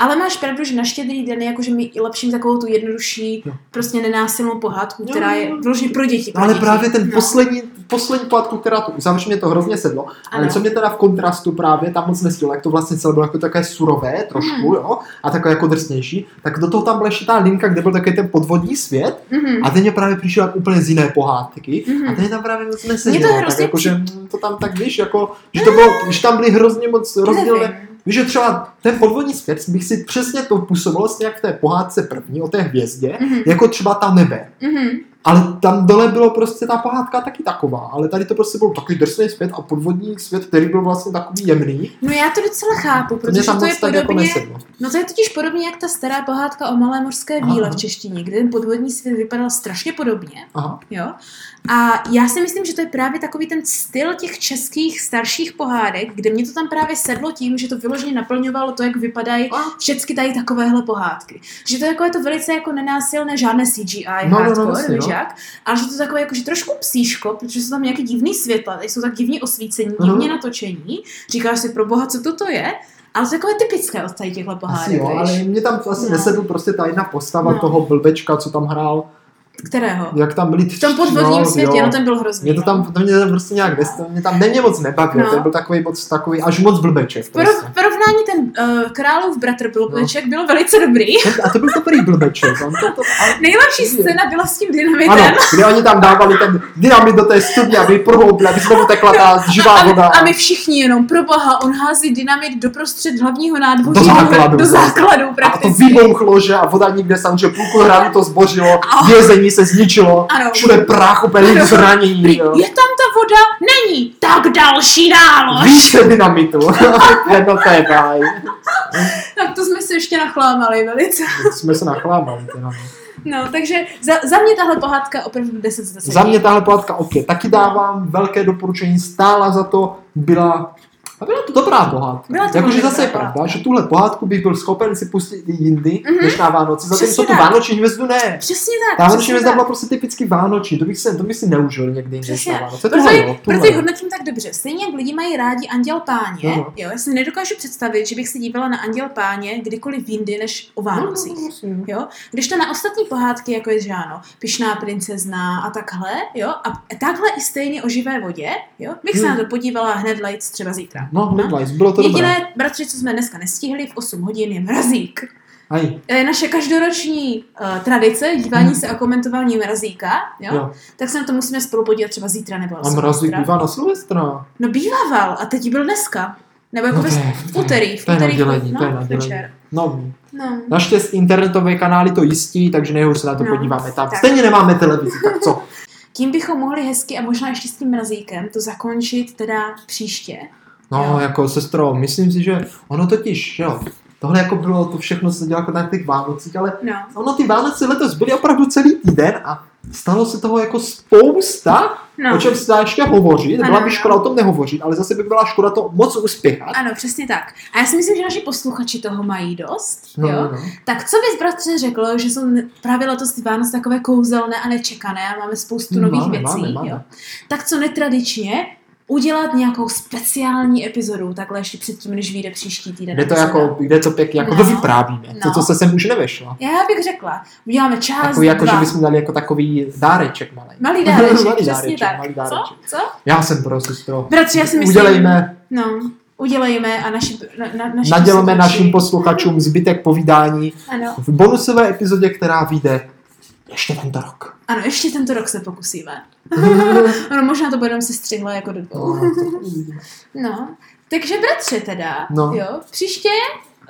Speaker 2: ale máš pravdu, že na štědrý den je jakože mi i lepším takovou tu jednodušší,
Speaker 1: No.
Speaker 2: prostě nenásilnou pohádku,
Speaker 1: No,
Speaker 2: která je
Speaker 1: no, no.
Speaker 2: vložně pro děti. Pro
Speaker 1: Ale
Speaker 2: děti.
Speaker 1: právě ten poslední, poslední pohádku, která to uzavře, mě to hrozně sedlo. Ale
Speaker 2: Ano.
Speaker 1: co mě teda v kontrastu právě tam moc nesilo, jak to vlastně celé bylo jako takové surové trošku,
Speaker 2: Mhm.
Speaker 1: jo, a takové jako drsnější, tak do toho tam byla ještě ta linka, kde byl takový ten podvodní svět,
Speaker 2: Mhm.
Speaker 1: A ten je právě přišel jak úplně z jiné pohádky.
Speaker 2: Mhm.
Speaker 1: A ten je tam právě moc
Speaker 2: Mě
Speaker 1: neseděl.
Speaker 2: to
Speaker 1: tak
Speaker 2: hrozně
Speaker 1: jako, že mm, to tam tak víš, jako, že, to bylo, že tam byly hrozně moc rozdílné.
Speaker 2: Nevím.
Speaker 1: Víš, že třeba ten podvodní svět bych si přesně to působilo jak v té pohádce první o té hvězdě,
Speaker 2: Mhm.
Speaker 1: jako třeba ta nebe.
Speaker 2: Mhm.
Speaker 1: Ale tam dole bylo prostě ta pohádka taky taková, ale tady to prostě byl takový drsný svět a podvodní svět, který byl vlastně takový jemný,
Speaker 2: No já to docela chápu,
Speaker 1: to mě
Speaker 2: protože
Speaker 1: tam
Speaker 2: to je
Speaker 1: moc tak jako
Speaker 2: podobně,
Speaker 1: nesedlo.
Speaker 2: No to je totiž podobně jak ta stará pohádka o malé morské víle
Speaker 1: Aha.
Speaker 2: v češtině, kde ten podvodní svět vypadal strašně podobně.
Speaker 1: Aha.
Speaker 2: Jo? A já si myslím, že to je právě takový ten styl těch českých starších pohádek, kde mě to tam právě sedlo tím, že to vyloženě naplňovalo to, jak vypadají
Speaker 1: A,
Speaker 2: všechny tady takovéhle pohádky. Že to je takové to velice jako nenásilné, žádné CGI,
Speaker 1: no,
Speaker 2: hardcore, no,
Speaker 1: jasně,
Speaker 2: víš
Speaker 1: no.
Speaker 2: jak? Ale že to je takové jako, že trošku psíško, protože jsou tam nějaké divné světla, tady jsou tak divně osvícení,
Speaker 1: Mhm.
Speaker 2: divně natočení. Říkáš si, pro boha, co toto je? Ale to je takové typické od tady těchto
Speaker 1: asi
Speaker 2: pohádek,
Speaker 1: jo,
Speaker 2: víš?
Speaker 1: ale mě tam asi
Speaker 2: No.
Speaker 1: nesedl prostě ta jedna postava
Speaker 2: No.
Speaker 1: toho blbečka, co tam hrál
Speaker 2: Kterého?
Speaker 1: jak tam byli
Speaker 2: V tom podvodním světě, no ten byl hrozný.
Speaker 1: mě to
Speaker 2: no.
Speaker 1: tam, to mě tam prostě nějak, des, mě tam nemě moc nebavilo, no.
Speaker 2: No.
Speaker 1: ten byl takový moc, takový až moc blbeček.
Speaker 2: Porov,
Speaker 1: Prostě.
Speaker 2: porovnání ten uh, králův bratr Blobeček no. byl velice dobrý.
Speaker 1: Ten- A to byl dobrý blbeček, on to, to a,
Speaker 2: Nejlepší scéna byla s tím dynamitem.
Speaker 1: ano, kde oni tam dávali ten dynamit do té studně, aby prohloubili, aby znovu tekla ta živá
Speaker 2: No, a, my,
Speaker 1: voda.
Speaker 2: a my všichni jenom, proboha, on hází dynamit doprostřed hlavního nádvoří.
Speaker 1: Do základu.
Speaker 2: do základu
Speaker 1: a to
Speaker 2: prakticky.
Speaker 1: vybouchlo, že a voda nikde samozřejmě půlku hradu to zbořilo, vězení se zničilo,
Speaker 2: Ano.
Speaker 1: všude prach, úplně lidi
Speaker 2: Ano.
Speaker 1: zranění,
Speaker 2: Prý,
Speaker 1: jo.
Speaker 2: Je tam ta voda? Není. Tak další nálož.
Speaker 1: Více dynamitu, no to je báj.
Speaker 2: Tak to jsme se ještě nachlámali velice.
Speaker 1: Jsme se nachlámali teda. no.
Speaker 2: No, takže za, za mě tahle pohádka opravdu 10 z 10.
Speaker 1: Za mě tahle pohádka OK. Taky dávám velké doporučení, stála za to, byla A byla to dobrá pohádka.
Speaker 2: Byla to
Speaker 1: Jakože
Speaker 2: dobrá
Speaker 1: zase je pravda,
Speaker 2: pohádka.
Speaker 1: že tuhle pohádku bych byl schopen si pustit i jindy,
Speaker 2: Mhm.
Speaker 1: než na Vánoce, zatímco
Speaker 2: Přesně
Speaker 1: tu
Speaker 2: tak.
Speaker 1: Vánoční hvězdu ne.
Speaker 2: Přesně
Speaker 1: Ta
Speaker 2: tak.
Speaker 1: Vánoční
Speaker 2: Přesně
Speaker 1: hvězda
Speaker 2: tak.
Speaker 1: byla prostě typicky Vánoční, to bych, se, to bych si neužil někdy jindy než
Speaker 2: Přesně.
Speaker 1: na Vánoce.
Speaker 2: Proto,
Speaker 1: Tohle
Speaker 2: ji-
Speaker 1: jo,
Speaker 2: proto
Speaker 1: tohle
Speaker 2: ji
Speaker 1: jo.
Speaker 2: hodnotím tak dobře. Stejně jak lidi mají rádi Anděl Páně,
Speaker 1: Ano.
Speaker 2: jo, já si nedokážu představit, že bych se dívala na Anděl Páně kdykoliv jindy než o
Speaker 1: No, no,
Speaker 2: Vánocích.
Speaker 1: jasně, no.
Speaker 2: Jo? Když to na ostatní pohádky, jako je Žáno, Pišná princezna a takhle, jo, a takhle i stejně o živé vodě, jo, bych se
Speaker 1: Hmm.
Speaker 2: na to podívala hned lajc třeba zítra.
Speaker 1: No, Midlife, bylo to dobré.
Speaker 2: Jediné, bratři, co jsme dneska nestihli, v 8 hodin je mrazík.
Speaker 1: Aj,
Speaker 2: Eh, Naše každoroční uh, tradice, dívání se a komentování mrazíka, jo?
Speaker 1: Hmm. Jo.
Speaker 2: jo, tak se na to musíme spolu podívat třeba zítra nebo
Speaker 1: a
Speaker 2: na
Speaker 1: mrazík
Speaker 2: Silvestra.
Speaker 1: bývá na Silvestra.
Speaker 2: No býval a teď byl dneska. Nebo jako
Speaker 1: No
Speaker 2: no
Speaker 1: to je-
Speaker 2: v úterý, v
Speaker 1: to je na
Speaker 2: úterý,
Speaker 1: dělení, to je na
Speaker 2: no,
Speaker 1: dělení.
Speaker 2: večer.
Speaker 1: No,
Speaker 2: No.
Speaker 1: naštěstí internetové kanály to jistí, takže nejhorší se na to
Speaker 2: No,
Speaker 1: podíváme tam.
Speaker 2: tak.
Speaker 1: Stejně nemáme televizi, tak co?
Speaker 2: Tím bychom mohli hezky a možná ještě s tím mrazíkem to zakončit teda příště.
Speaker 1: No,
Speaker 2: Jo.
Speaker 1: jako sestro, myslím si, že ono totiž, jo, tohle jako bylo to všechno, co se dělalo jako na těch Vánocích, ale
Speaker 2: No.
Speaker 1: ono ty Vánoce letos byly opravdu celý týden a stalo se toho jako spousta, no. o
Speaker 2: no.
Speaker 1: čem se dá ještě hovořit.
Speaker 2: Ano,
Speaker 1: Byla by
Speaker 2: ano.
Speaker 1: škoda o tom nehovořit, ale zase by byla škoda to moc uspěchat.
Speaker 2: Ano, přesně tak. A já si myslím, že naši posluchači toho mají dost.
Speaker 1: No,
Speaker 2: jo?
Speaker 1: no, no.
Speaker 2: Tak co bys, bratře, řekl, že jsou ne- právě letos ty Vánoce takové kouzelné a nečekané a máme spoustu
Speaker 1: no.
Speaker 2: nových
Speaker 1: Máme,
Speaker 2: věcí.
Speaker 1: máme, máme.
Speaker 2: Jo? Tak co netradičně, udělat nějakou speciální epizodu takhle ještě předtím, než vyjde příští týden.
Speaker 1: Kde to
Speaker 2: epizoda.
Speaker 1: jako, kde to pěkně jako no.
Speaker 2: No.
Speaker 1: vyprávíme, no. to,
Speaker 2: No.
Speaker 1: co se sem už nevešlo.
Speaker 2: Já bych řekla, uděláme část
Speaker 1: Takový jako,
Speaker 2: dva. No.
Speaker 1: že bychom dali jako takový dáreček malý.
Speaker 2: Malý dáreček,
Speaker 1: malý
Speaker 2: přesně
Speaker 1: dáreček,
Speaker 2: tak.
Speaker 1: malý
Speaker 2: Co?
Speaker 1: dáreček.
Speaker 2: Co?
Speaker 1: Já jsem pro sestro.
Speaker 2: Bratři, já si myslím...
Speaker 1: Udělejme,
Speaker 2: No, udělejme a naši... Na, na, naši
Speaker 1: nadělme
Speaker 2: posluchači-
Speaker 1: našim posluchačům zbytek povídání
Speaker 2: Ano,
Speaker 1: v bonusové epizodě, která vyjde ještě tento rok.
Speaker 2: ano, ještě tento rok se pokusíme. Ono možná to bude jenom se střihla jako do dvou.
Speaker 1: No, to uvidíme.
Speaker 2: No, takže bratře teda,
Speaker 1: No.
Speaker 2: no. jo, příště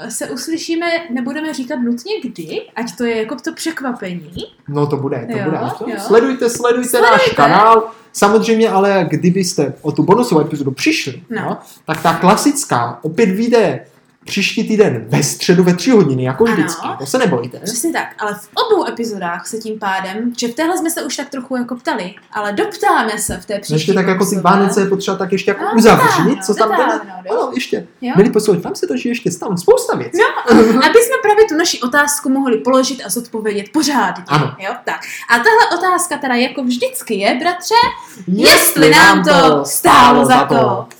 Speaker 2: se uslyšíme, nebudeme říkat nutně kdy, ať to je jako to překvapení.
Speaker 1: no to bude, to
Speaker 2: Jo,
Speaker 1: bude. až to.
Speaker 2: jo.
Speaker 1: Sledujte, sledujte, náš kanál. Samozřejmě, ale kdybyste o tu bonusovou epizodu přišli,
Speaker 2: No.
Speaker 1: jo, tak ta klasická opět vyjde příští týden ve středu ve tři hodiny, jako
Speaker 2: Ano.
Speaker 1: vždycky. To se nebojte.
Speaker 2: Přesně tak, ale v obou epizodách se tím pádem, že v téhle jsme se už tak trochu jako ptali, ale doptáme se v té příští.
Speaker 1: Ještě tak jako ty
Speaker 2: epizodě.
Speaker 1: Vánoce je potřeba tak ještě jako
Speaker 2: No,
Speaker 1: uzavřít,
Speaker 2: dodávno,
Speaker 1: co tam teda...
Speaker 2: dodávno, no, jo. No,
Speaker 1: Ano, ještě.
Speaker 2: Jo?
Speaker 1: Milí posluchači, tam se to že ještě stalo spousta věcí.
Speaker 2: Aby jsme právě tu naši otázku mohli položit a zodpovědět pořádně.
Speaker 1: Ano.
Speaker 2: Jo, tak. A tahle otázka teda jako vždycky je, bratře, jestli nám to stálo za to.